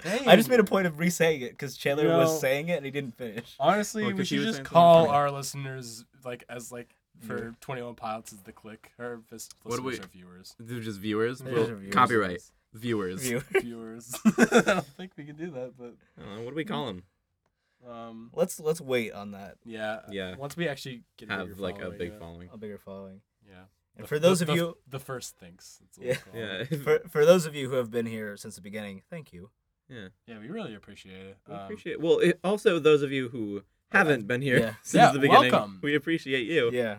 [SPEAKER 2] I just made a point of re-saying it because Chandler
[SPEAKER 1] No.
[SPEAKER 2] was saying it and he didn't finish.
[SPEAKER 1] Honestly,
[SPEAKER 3] Well,
[SPEAKER 1] we
[SPEAKER 3] 'cause she
[SPEAKER 1] should just
[SPEAKER 3] was saying something
[SPEAKER 1] call
[SPEAKER 3] funny.
[SPEAKER 1] our listeners like as like for Twenty One Pilots is the click or if it's
[SPEAKER 3] What do
[SPEAKER 1] listeners
[SPEAKER 3] we-
[SPEAKER 1] or viewers.
[SPEAKER 3] They're just viewers.
[SPEAKER 2] They're
[SPEAKER 3] Well,
[SPEAKER 2] just viewers.
[SPEAKER 3] Copyright. Viewers.
[SPEAKER 2] View.
[SPEAKER 1] viewers. I don't think we can do that, but
[SPEAKER 3] I don't know, Uh, what do we call them?
[SPEAKER 1] um,
[SPEAKER 2] Let's let's wait on that.
[SPEAKER 1] yeah,
[SPEAKER 3] Yeah.
[SPEAKER 1] Once we actually get a
[SPEAKER 3] Have
[SPEAKER 1] bigger
[SPEAKER 3] like a
[SPEAKER 1] following,
[SPEAKER 3] big
[SPEAKER 1] yeah.
[SPEAKER 3] following.
[SPEAKER 2] A bigger following.
[SPEAKER 1] Yeah.
[SPEAKER 2] And
[SPEAKER 1] The-
[SPEAKER 2] for those
[SPEAKER 1] the-
[SPEAKER 2] of
[SPEAKER 1] the-
[SPEAKER 2] you
[SPEAKER 1] the first thinks. That's what
[SPEAKER 2] Yeah.
[SPEAKER 1] we call it.
[SPEAKER 3] Yeah.
[SPEAKER 2] for, for those of you who have been here since the beginning, thank you.
[SPEAKER 3] yeah.
[SPEAKER 1] yeah, we really appreciate it.
[SPEAKER 3] We
[SPEAKER 1] Um,
[SPEAKER 3] appreciate well. It, also, those of you who haven't been here
[SPEAKER 2] Yeah.
[SPEAKER 1] Yeah,
[SPEAKER 3] since the beginning,
[SPEAKER 1] welcome.
[SPEAKER 3] we appreciate you.
[SPEAKER 2] Yeah.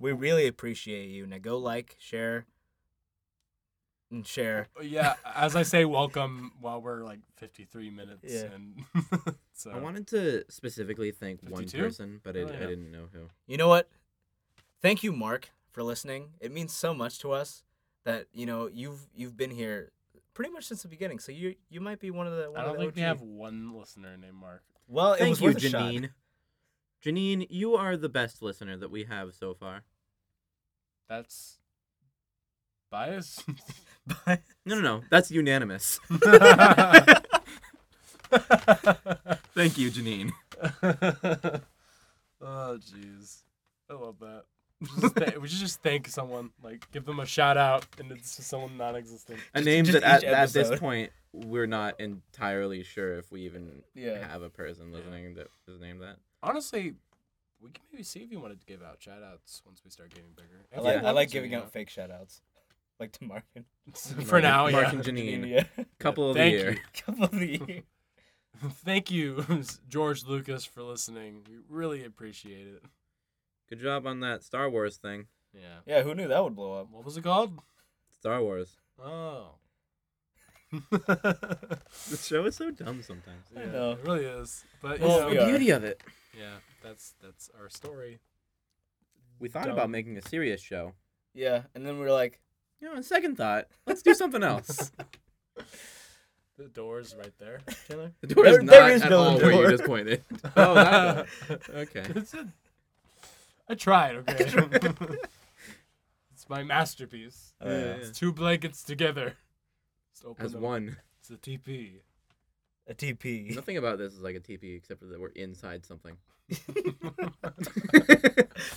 [SPEAKER 2] We really appreciate you. Now go like, share, and share.
[SPEAKER 1] yeah, as I say, welcome while we're like 53 minutes
[SPEAKER 2] Yeah.
[SPEAKER 1] and so
[SPEAKER 3] I wanted to specifically thank one
[SPEAKER 1] 52?
[SPEAKER 3] person, but I,
[SPEAKER 1] Oh,
[SPEAKER 3] I
[SPEAKER 1] yeah.
[SPEAKER 3] didn't know who.
[SPEAKER 2] You know what? Thank you, Mark, for listening. It means so much to us that you know you've you've been here pretty much since the beginning. So you you might be one of the. One
[SPEAKER 1] I
[SPEAKER 2] of
[SPEAKER 1] don't
[SPEAKER 2] the
[SPEAKER 1] think we
[SPEAKER 2] OG.
[SPEAKER 1] have one listener named Mark.
[SPEAKER 2] Well, it
[SPEAKER 3] Thank
[SPEAKER 2] was
[SPEAKER 3] you,
[SPEAKER 2] worth a shot.
[SPEAKER 3] Janine. Janine, you are the best listener that we have so far.
[SPEAKER 1] That's bias.
[SPEAKER 2] But-
[SPEAKER 3] No, no, no. That's unanimous.
[SPEAKER 1] oh
[SPEAKER 3] Thank you, Janine.
[SPEAKER 1] jeez, I love that. We should, just thank, we should just thank someone, like give them a shout out, and it's just someone non-existent.
[SPEAKER 3] A
[SPEAKER 2] Just-
[SPEAKER 3] name
[SPEAKER 2] just
[SPEAKER 3] that at,
[SPEAKER 2] each
[SPEAKER 3] at this
[SPEAKER 2] episode.
[SPEAKER 3] point we're not entirely sure if we even
[SPEAKER 2] Yeah.
[SPEAKER 3] have a person listening that is named that.
[SPEAKER 1] Honestly, we can maybe see if you wanted to give out shout outs once we start getting bigger.
[SPEAKER 2] I
[SPEAKER 1] If
[SPEAKER 2] like,
[SPEAKER 1] you
[SPEAKER 2] I
[SPEAKER 1] want
[SPEAKER 2] like
[SPEAKER 1] to,
[SPEAKER 2] giving
[SPEAKER 1] you
[SPEAKER 2] out fake shout outs. Like to Marvin.
[SPEAKER 1] know. for now.
[SPEAKER 3] Mark
[SPEAKER 1] yeah.
[SPEAKER 3] and Janine.
[SPEAKER 2] Yeah.
[SPEAKER 3] Couple of
[SPEAKER 1] Thank
[SPEAKER 3] the year.
[SPEAKER 1] you.
[SPEAKER 2] Couple of the year.
[SPEAKER 1] Thank you, George Lucas, for listening. We really appreciate it.
[SPEAKER 3] Good job on that Star Wars thing.
[SPEAKER 1] Yeah.
[SPEAKER 2] Yeah, who knew that would blow up?
[SPEAKER 1] Um, What was it called?
[SPEAKER 3] Star Wars.
[SPEAKER 1] Oh.
[SPEAKER 3] The show is so dumb sometimes.
[SPEAKER 1] Yeah,
[SPEAKER 2] know.
[SPEAKER 1] It really is. But you
[SPEAKER 2] Well,
[SPEAKER 1] know,
[SPEAKER 2] we
[SPEAKER 3] the
[SPEAKER 2] are.
[SPEAKER 3] beauty of it.
[SPEAKER 1] yeah, that's that's our story.
[SPEAKER 3] We thought
[SPEAKER 2] Dumb.
[SPEAKER 3] about making a serious show.
[SPEAKER 2] Yeah, and then we were like,
[SPEAKER 3] You know, on second thought, let's do something else.
[SPEAKER 1] The door's right there, Chandler.
[SPEAKER 4] The door
[SPEAKER 2] There-
[SPEAKER 4] is not
[SPEAKER 2] there is
[SPEAKER 4] at
[SPEAKER 2] no
[SPEAKER 4] all where
[SPEAKER 2] door.
[SPEAKER 4] you just pointed.
[SPEAKER 1] oh, that
[SPEAKER 4] Okay.
[SPEAKER 1] It's a, I tried, okay? it's my masterpiece.
[SPEAKER 2] Oh, yeah.
[SPEAKER 1] It's two blankets together. Just open
[SPEAKER 4] As
[SPEAKER 1] them.
[SPEAKER 4] one.
[SPEAKER 1] It's a TP.
[SPEAKER 2] A TP.
[SPEAKER 4] Nothing about this is like a TP except for that we're inside something.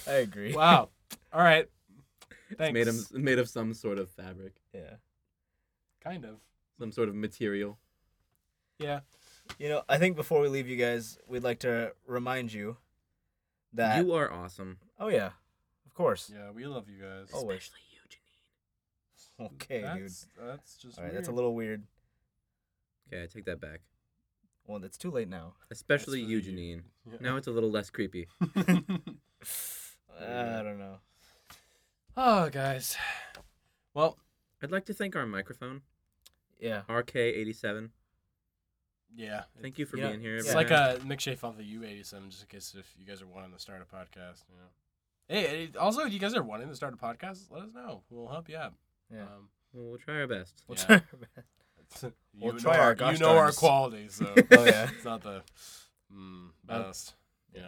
[SPEAKER 2] I agree.
[SPEAKER 1] Wow. All right.
[SPEAKER 4] It's
[SPEAKER 1] Thanks.
[SPEAKER 4] made of made of some sort of fabric,
[SPEAKER 2] Yeah.
[SPEAKER 1] Kind of.
[SPEAKER 4] some sort of material.
[SPEAKER 1] Yeah.
[SPEAKER 2] You know, I think before we leave you guys, we'd like to remind you that.
[SPEAKER 4] You are awesome.
[SPEAKER 2] oh yeah, of course.
[SPEAKER 1] Yeah, we love you guys.
[SPEAKER 2] Oh, wait.
[SPEAKER 4] Especially you, Janine.
[SPEAKER 2] Okay, dude.
[SPEAKER 1] that's, That's just
[SPEAKER 2] All right,
[SPEAKER 1] weird.
[SPEAKER 2] that's a little weird.
[SPEAKER 4] Okay, I take that back.
[SPEAKER 2] Well, it's too late now.
[SPEAKER 4] Especially you,
[SPEAKER 1] Especially
[SPEAKER 4] Janine.
[SPEAKER 1] Yeah.
[SPEAKER 4] Now it's a little less creepy.
[SPEAKER 2] I don't know.
[SPEAKER 1] oh, guys. Well,
[SPEAKER 4] I'd like to thank our microphone,
[SPEAKER 2] Yeah.
[SPEAKER 4] RK87.
[SPEAKER 1] yeah.
[SPEAKER 4] Thank you for
[SPEAKER 2] You know,
[SPEAKER 4] being here.
[SPEAKER 1] It's
[SPEAKER 4] every
[SPEAKER 1] like
[SPEAKER 4] night.
[SPEAKER 1] a mixtape off the U87, just in case if you guys are wanting to start a podcast. You know. Hey, it- also, if you guys are wanting to start a podcast, let us know. We'll help you out.
[SPEAKER 2] Yeah.
[SPEAKER 1] Um,
[SPEAKER 4] Well, we'll try our best.
[SPEAKER 2] We'll
[SPEAKER 1] yeah.
[SPEAKER 2] try our best.
[SPEAKER 1] you
[SPEAKER 2] We'll
[SPEAKER 1] know
[SPEAKER 2] try
[SPEAKER 1] our,
[SPEAKER 2] our
[SPEAKER 1] you
[SPEAKER 2] gosh
[SPEAKER 1] know our
[SPEAKER 2] darnest.
[SPEAKER 1] quality, so
[SPEAKER 2] Oh yeah. Uh,
[SPEAKER 1] it's not the mm,
[SPEAKER 2] No.
[SPEAKER 1] best. Yeah.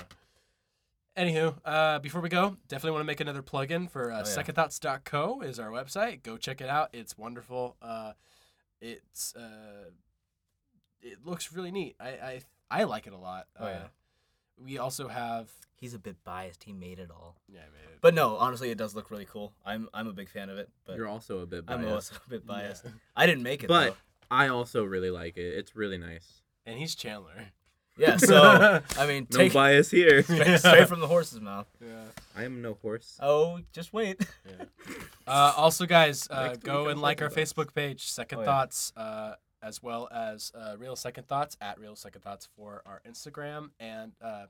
[SPEAKER 1] Anywho, uh, before we go, definitely want to make another plug-in for uh,
[SPEAKER 2] Oh, yeah.
[SPEAKER 1] secondthoughts.co is our website. Go check it out. It's wonderful. Uh, it's uh, it looks really neat. I I, I like it a lot.
[SPEAKER 2] Oh,
[SPEAKER 1] uh,
[SPEAKER 2] yeah.
[SPEAKER 1] We also have
[SPEAKER 2] He's a bit biased. He made it all.
[SPEAKER 1] yeah, I made it.
[SPEAKER 2] But no, honestly, it does look really cool. I'm I'm a big fan of it, but
[SPEAKER 4] You're also a bit
[SPEAKER 2] I'm
[SPEAKER 4] biased.
[SPEAKER 2] also a bit biased.
[SPEAKER 1] Yeah.
[SPEAKER 2] I didn't make it
[SPEAKER 4] But-
[SPEAKER 2] though.
[SPEAKER 4] I also really like it. It's really nice.
[SPEAKER 1] and he's Chandler.
[SPEAKER 2] Yeah. So I mean,
[SPEAKER 4] No
[SPEAKER 2] take
[SPEAKER 4] bias here.
[SPEAKER 1] Yeah.
[SPEAKER 2] straight from the horse's mouth.
[SPEAKER 1] yeah.
[SPEAKER 4] I am no horse.
[SPEAKER 2] Oh, just wait.
[SPEAKER 1] Yeah. Uh, also, guys, uh,
[SPEAKER 4] Next week
[SPEAKER 1] go
[SPEAKER 4] on
[SPEAKER 1] and like our
[SPEAKER 4] Second Thoughts.
[SPEAKER 1] Facebook page, Second
[SPEAKER 2] Oh, yeah.
[SPEAKER 1] Thoughts, uh, as well as uh, Real Second Thoughts at Real Second Thoughts for our Instagram and uh,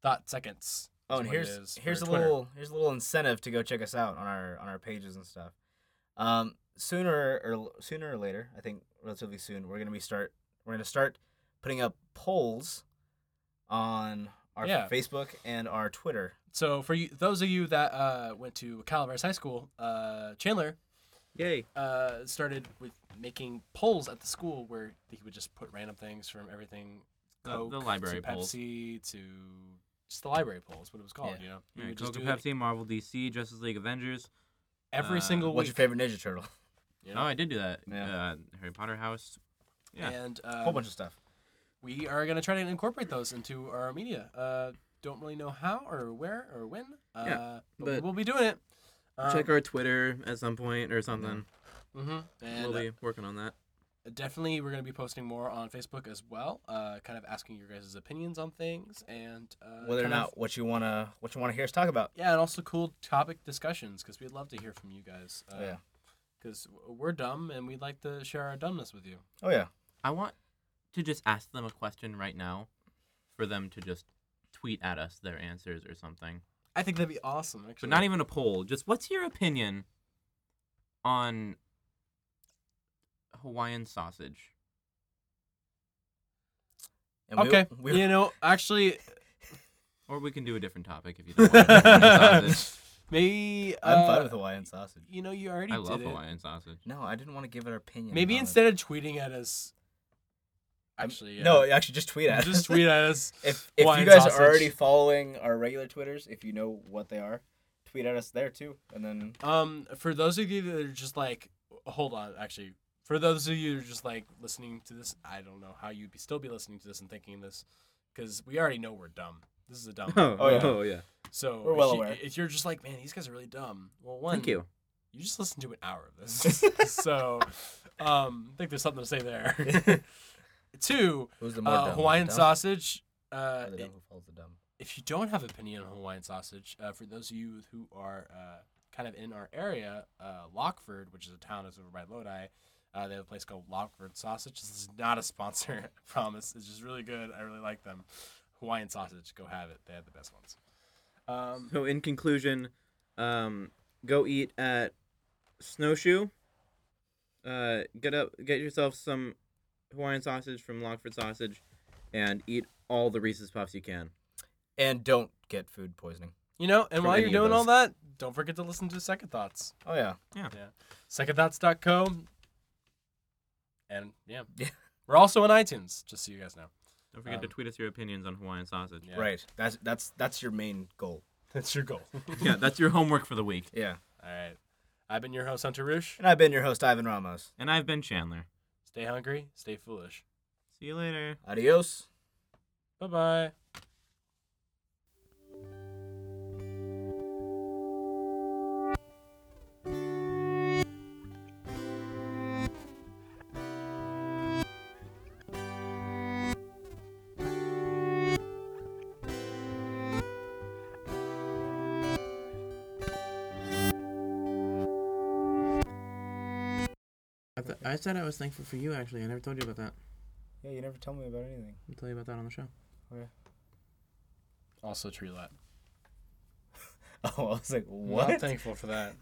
[SPEAKER 1] Thought Seconds.
[SPEAKER 2] Oh,
[SPEAKER 1] is
[SPEAKER 2] and
[SPEAKER 1] what it
[SPEAKER 2] here's
[SPEAKER 1] is for
[SPEAKER 2] here's a
[SPEAKER 1] Twitter.
[SPEAKER 2] little here's a little incentive to go check us out on our on our pages and stuff. Um, sooner or sooner or later, I think relatively soon, we're gonna be start we're gonna start putting up polls on our
[SPEAKER 1] Yeah.
[SPEAKER 2] Facebook and our Twitter.
[SPEAKER 1] So, for you, those of you that uh, went to Calaveras High School, uh, Chandler
[SPEAKER 4] Yay.
[SPEAKER 1] uh, started with making polls at the school where he would just put random things from everything
[SPEAKER 3] The-
[SPEAKER 1] Coke
[SPEAKER 3] the library
[SPEAKER 1] to
[SPEAKER 3] polls.
[SPEAKER 1] Pepsi to just the library polls, what it was called,
[SPEAKER 2] Yeah.
[SPEAKER 1] you know? He
[SPEAKER 3] Yeah,
[SPEAKER 1] would just
[SPEAKER 3] Coca
[SPEAKER 1] do it
[SPEAKER 3] Pepsi, Marvel, DC, Justice League, Avengers.
[SPEAKER 1] every
[SPEAKER 3] uh,
[SPEAKER 1] single
[SPEAKER 2] What's
[SPEAKER 1] week.
[SPEAKER 2] your favorite Ninja Turtle?
[SPEAKER 1] you
[SPEAKER 3] Oh,
[SPEAKER 1] know?
[SPEAKER 3] I did do that.
[SPEAKER 2] Yeah.
[SPEAKER 3] Uh, Harry Potter house. Yeah.
[SPEAKER 1] And
[SPEAKER 2] A
[SPEAKER 1] um,
[SPEAKER 2] whole bunch of stuff.
[SPEAKER 1] we are going to try to incorporate those into our media. Uh, don't really know how or where or when. Uh,
[SPEAKER 4] Yeah,
[SPEAKER 1] but,
[SPEAKER 4] but-
[SPEAKER 1] we'll be doing it. Um,
[SPEAKER 4] Check our Twitter at some point or something.
[SPEAKER 1] mhm, And
[SPEAKER 4] we'll be working on that.
[SPEAKER 1] uh, definitely, we're going to be posting more on Facebook as well. Uh, kind of asking your guys' opinions on things and uh,
[SPEAKER 2] Whether or
[SPEAKER 1] kind of-
[SPEAKER 2] not what you wanna what you wanna hear us talk about.
[SPEAKER 1] yeah, and also cool topic discussions because we'd love to hear from you guys. Uh,
[SPEAKER 2] Oh, yeah.
[SPEAKER 1] Because we're dumb and we'd like to share our dumbness with you.
[SPEAKER 2] Oh yeah.
[SPEAKER 3] I want to just ask them a question right now for them to just tweet at us their answers or something.
[SPEAKER 1] I think that'd be awesome. Actually,
[SPEAKER 3] But not even a poll. Just what's your opinion on Hawaiian sausage?
[SPEAKER 2] And we-
[SPEAKER 1] okay.
[SPEAKER 2] We,
[SPEAKER 1] you know, actually,
[SPEAKER 3] Or we can do a different topic if you don't want to do Hawaiian sausage.
[SPEAKER 1] maybe
[SPEAKER 2] I'm
[SPEAKER 1] uh,
[SPEAKER 2] fine with Hawaiian sausage.
[SPEAKER 1] You know, you already
[SPEAKER 3] I
[SPEAKER 1] did
[SPEAKER 3] love
[SPEAKER 1] it.
[SPEAKER 3] Hawaiian sausage.
[SPEAKER 2] No, I didn't want to give an opinion.
[SPEAKER 1] Maybe
[SPEAKER 2] on it.
[SPEAKER 1] instead of tweeting at us,
[SPEAKER 2] I'm-
[SPEAKER 1] actually, yeah.
[SPEAKER 2] No, actually, uh, just tweet at.
[SPEAKER 1] just
[SPEAKER 2] us.
[SPEAKER 1] tweet at us.
[SPEAKER 2] If, if
[SPEAKER 1] Hawaiian
[SPEAKER 2] you guys
[SPEAKER 1] sausage.
[SPEAKER 2] are already following our regular Twitters, if you know what they are, tweet at us there too. And then
[SPEAKER 1] Um, for those of you that are just like, hold on, actually, for those of you that are just like listening to this, I don't know how you'd be, still be listening to this and thinking this, because we already know we're dumb. This is a dumb.
[SPEAKER 4] Oh,
[SPEAKER 2] Oh, yeah.
[SPEAKER 4] oh, yeah.
[SPEAKER 1] So
[SPEAKER 2] We're well
[SPEAKER 1] if,
[SPEAKER 2] aware.
[SPEAKER 1] You, if you're just like, man, these guys are really dumb. Well, one,
[SPEAKER 4] Thank you.
[SPEAKER 1] you just listened to an hour of this, so um, I think there's something to say there. Two,
[SPEAKER 2] who's the
[SPEAKER 1] uh, Hawaiian sausage. Uh,
[SPEAKER 2] The
[SPEAKER 1] it-
[SPEAKER 2] dumb who follows the dumb.
[SPEAKER 1] if you don't have opinion on Hawaiian sausage, uh, for those of you who are uh, kind of in our area, uh, Lockford, which is a town that's over by Lodi, uh, they have a place called Lockford Sausage. This is not a sponsor, I promise. It's just really good. I really like them. Hawaiian sausage, go have it. They have the best ones. Um,
[SPEAKER 4] So, in conclusion, um, go eat at Snowshoe. Uh, get up, get yourself some Hawaiian sausage from Lockford Sausage, and eat all the Reese's Puffs you can.
[SPEAKER 2] And don't get food poisoning.
[SPEAKER 1] you know, and
[SPEAKER 4] From
[SPEAKER 1] while you're
[SPEAKER 4] any of
[SPEAKER 1] doing all
[SPEAKER 4] those.
[SPEAKER 1] that, don't forget to listen to Second Thoughts.
[SPEAKER 2] Oh yeah.
[SPEAKER 1] Secondthoughts.co. And yeah.
[SPEAKER 2] Yeah.
[SPEAKER 1] We're also on iTunes, just so you guys know.
[SPEAKER 3] Don't forget to
[SPEAKER 1] Um,
[SPEAKER 3] tweet us your opinions on Hawaiian sausage.
[SPEAKER 1] Yeah.
[SPEAKER 2] Right. That's that's that's your main goal.
[SPEAKER 1] That's your goal.
[SPEAKER 3] yeah, that's your homework for the week.
[SPEAKER 2] Yeah.
[SPEAKER 1] All right. I've been your host, Hunter Roosh.
[SPEAKER 2] And I've been your host, Ivan Ramos.
[SPEAKER 3] And I've been Chandler.
[SPEAKER 1] Stay hungry, stay foolish.
[SPEAKER 3] See you later.
[SPEAKER 2] Adios.
[SPEAKER 1] Bye bye.
[SPEAKER 4] I, th- I said I was thankful for you. Actually, I never told you about that.
[SPEAKER 2] Yeah, you never tell me about anything.
[SPEAKER 4] I'll tell you about that on the show.
[SPEAKER 1] Also, tree lot.
[SPEAKER 2] Oh, I was like,
[SPEAKER 1] Not
[SPEAKER 2] what?
[SPEAKER 1] thankful for that.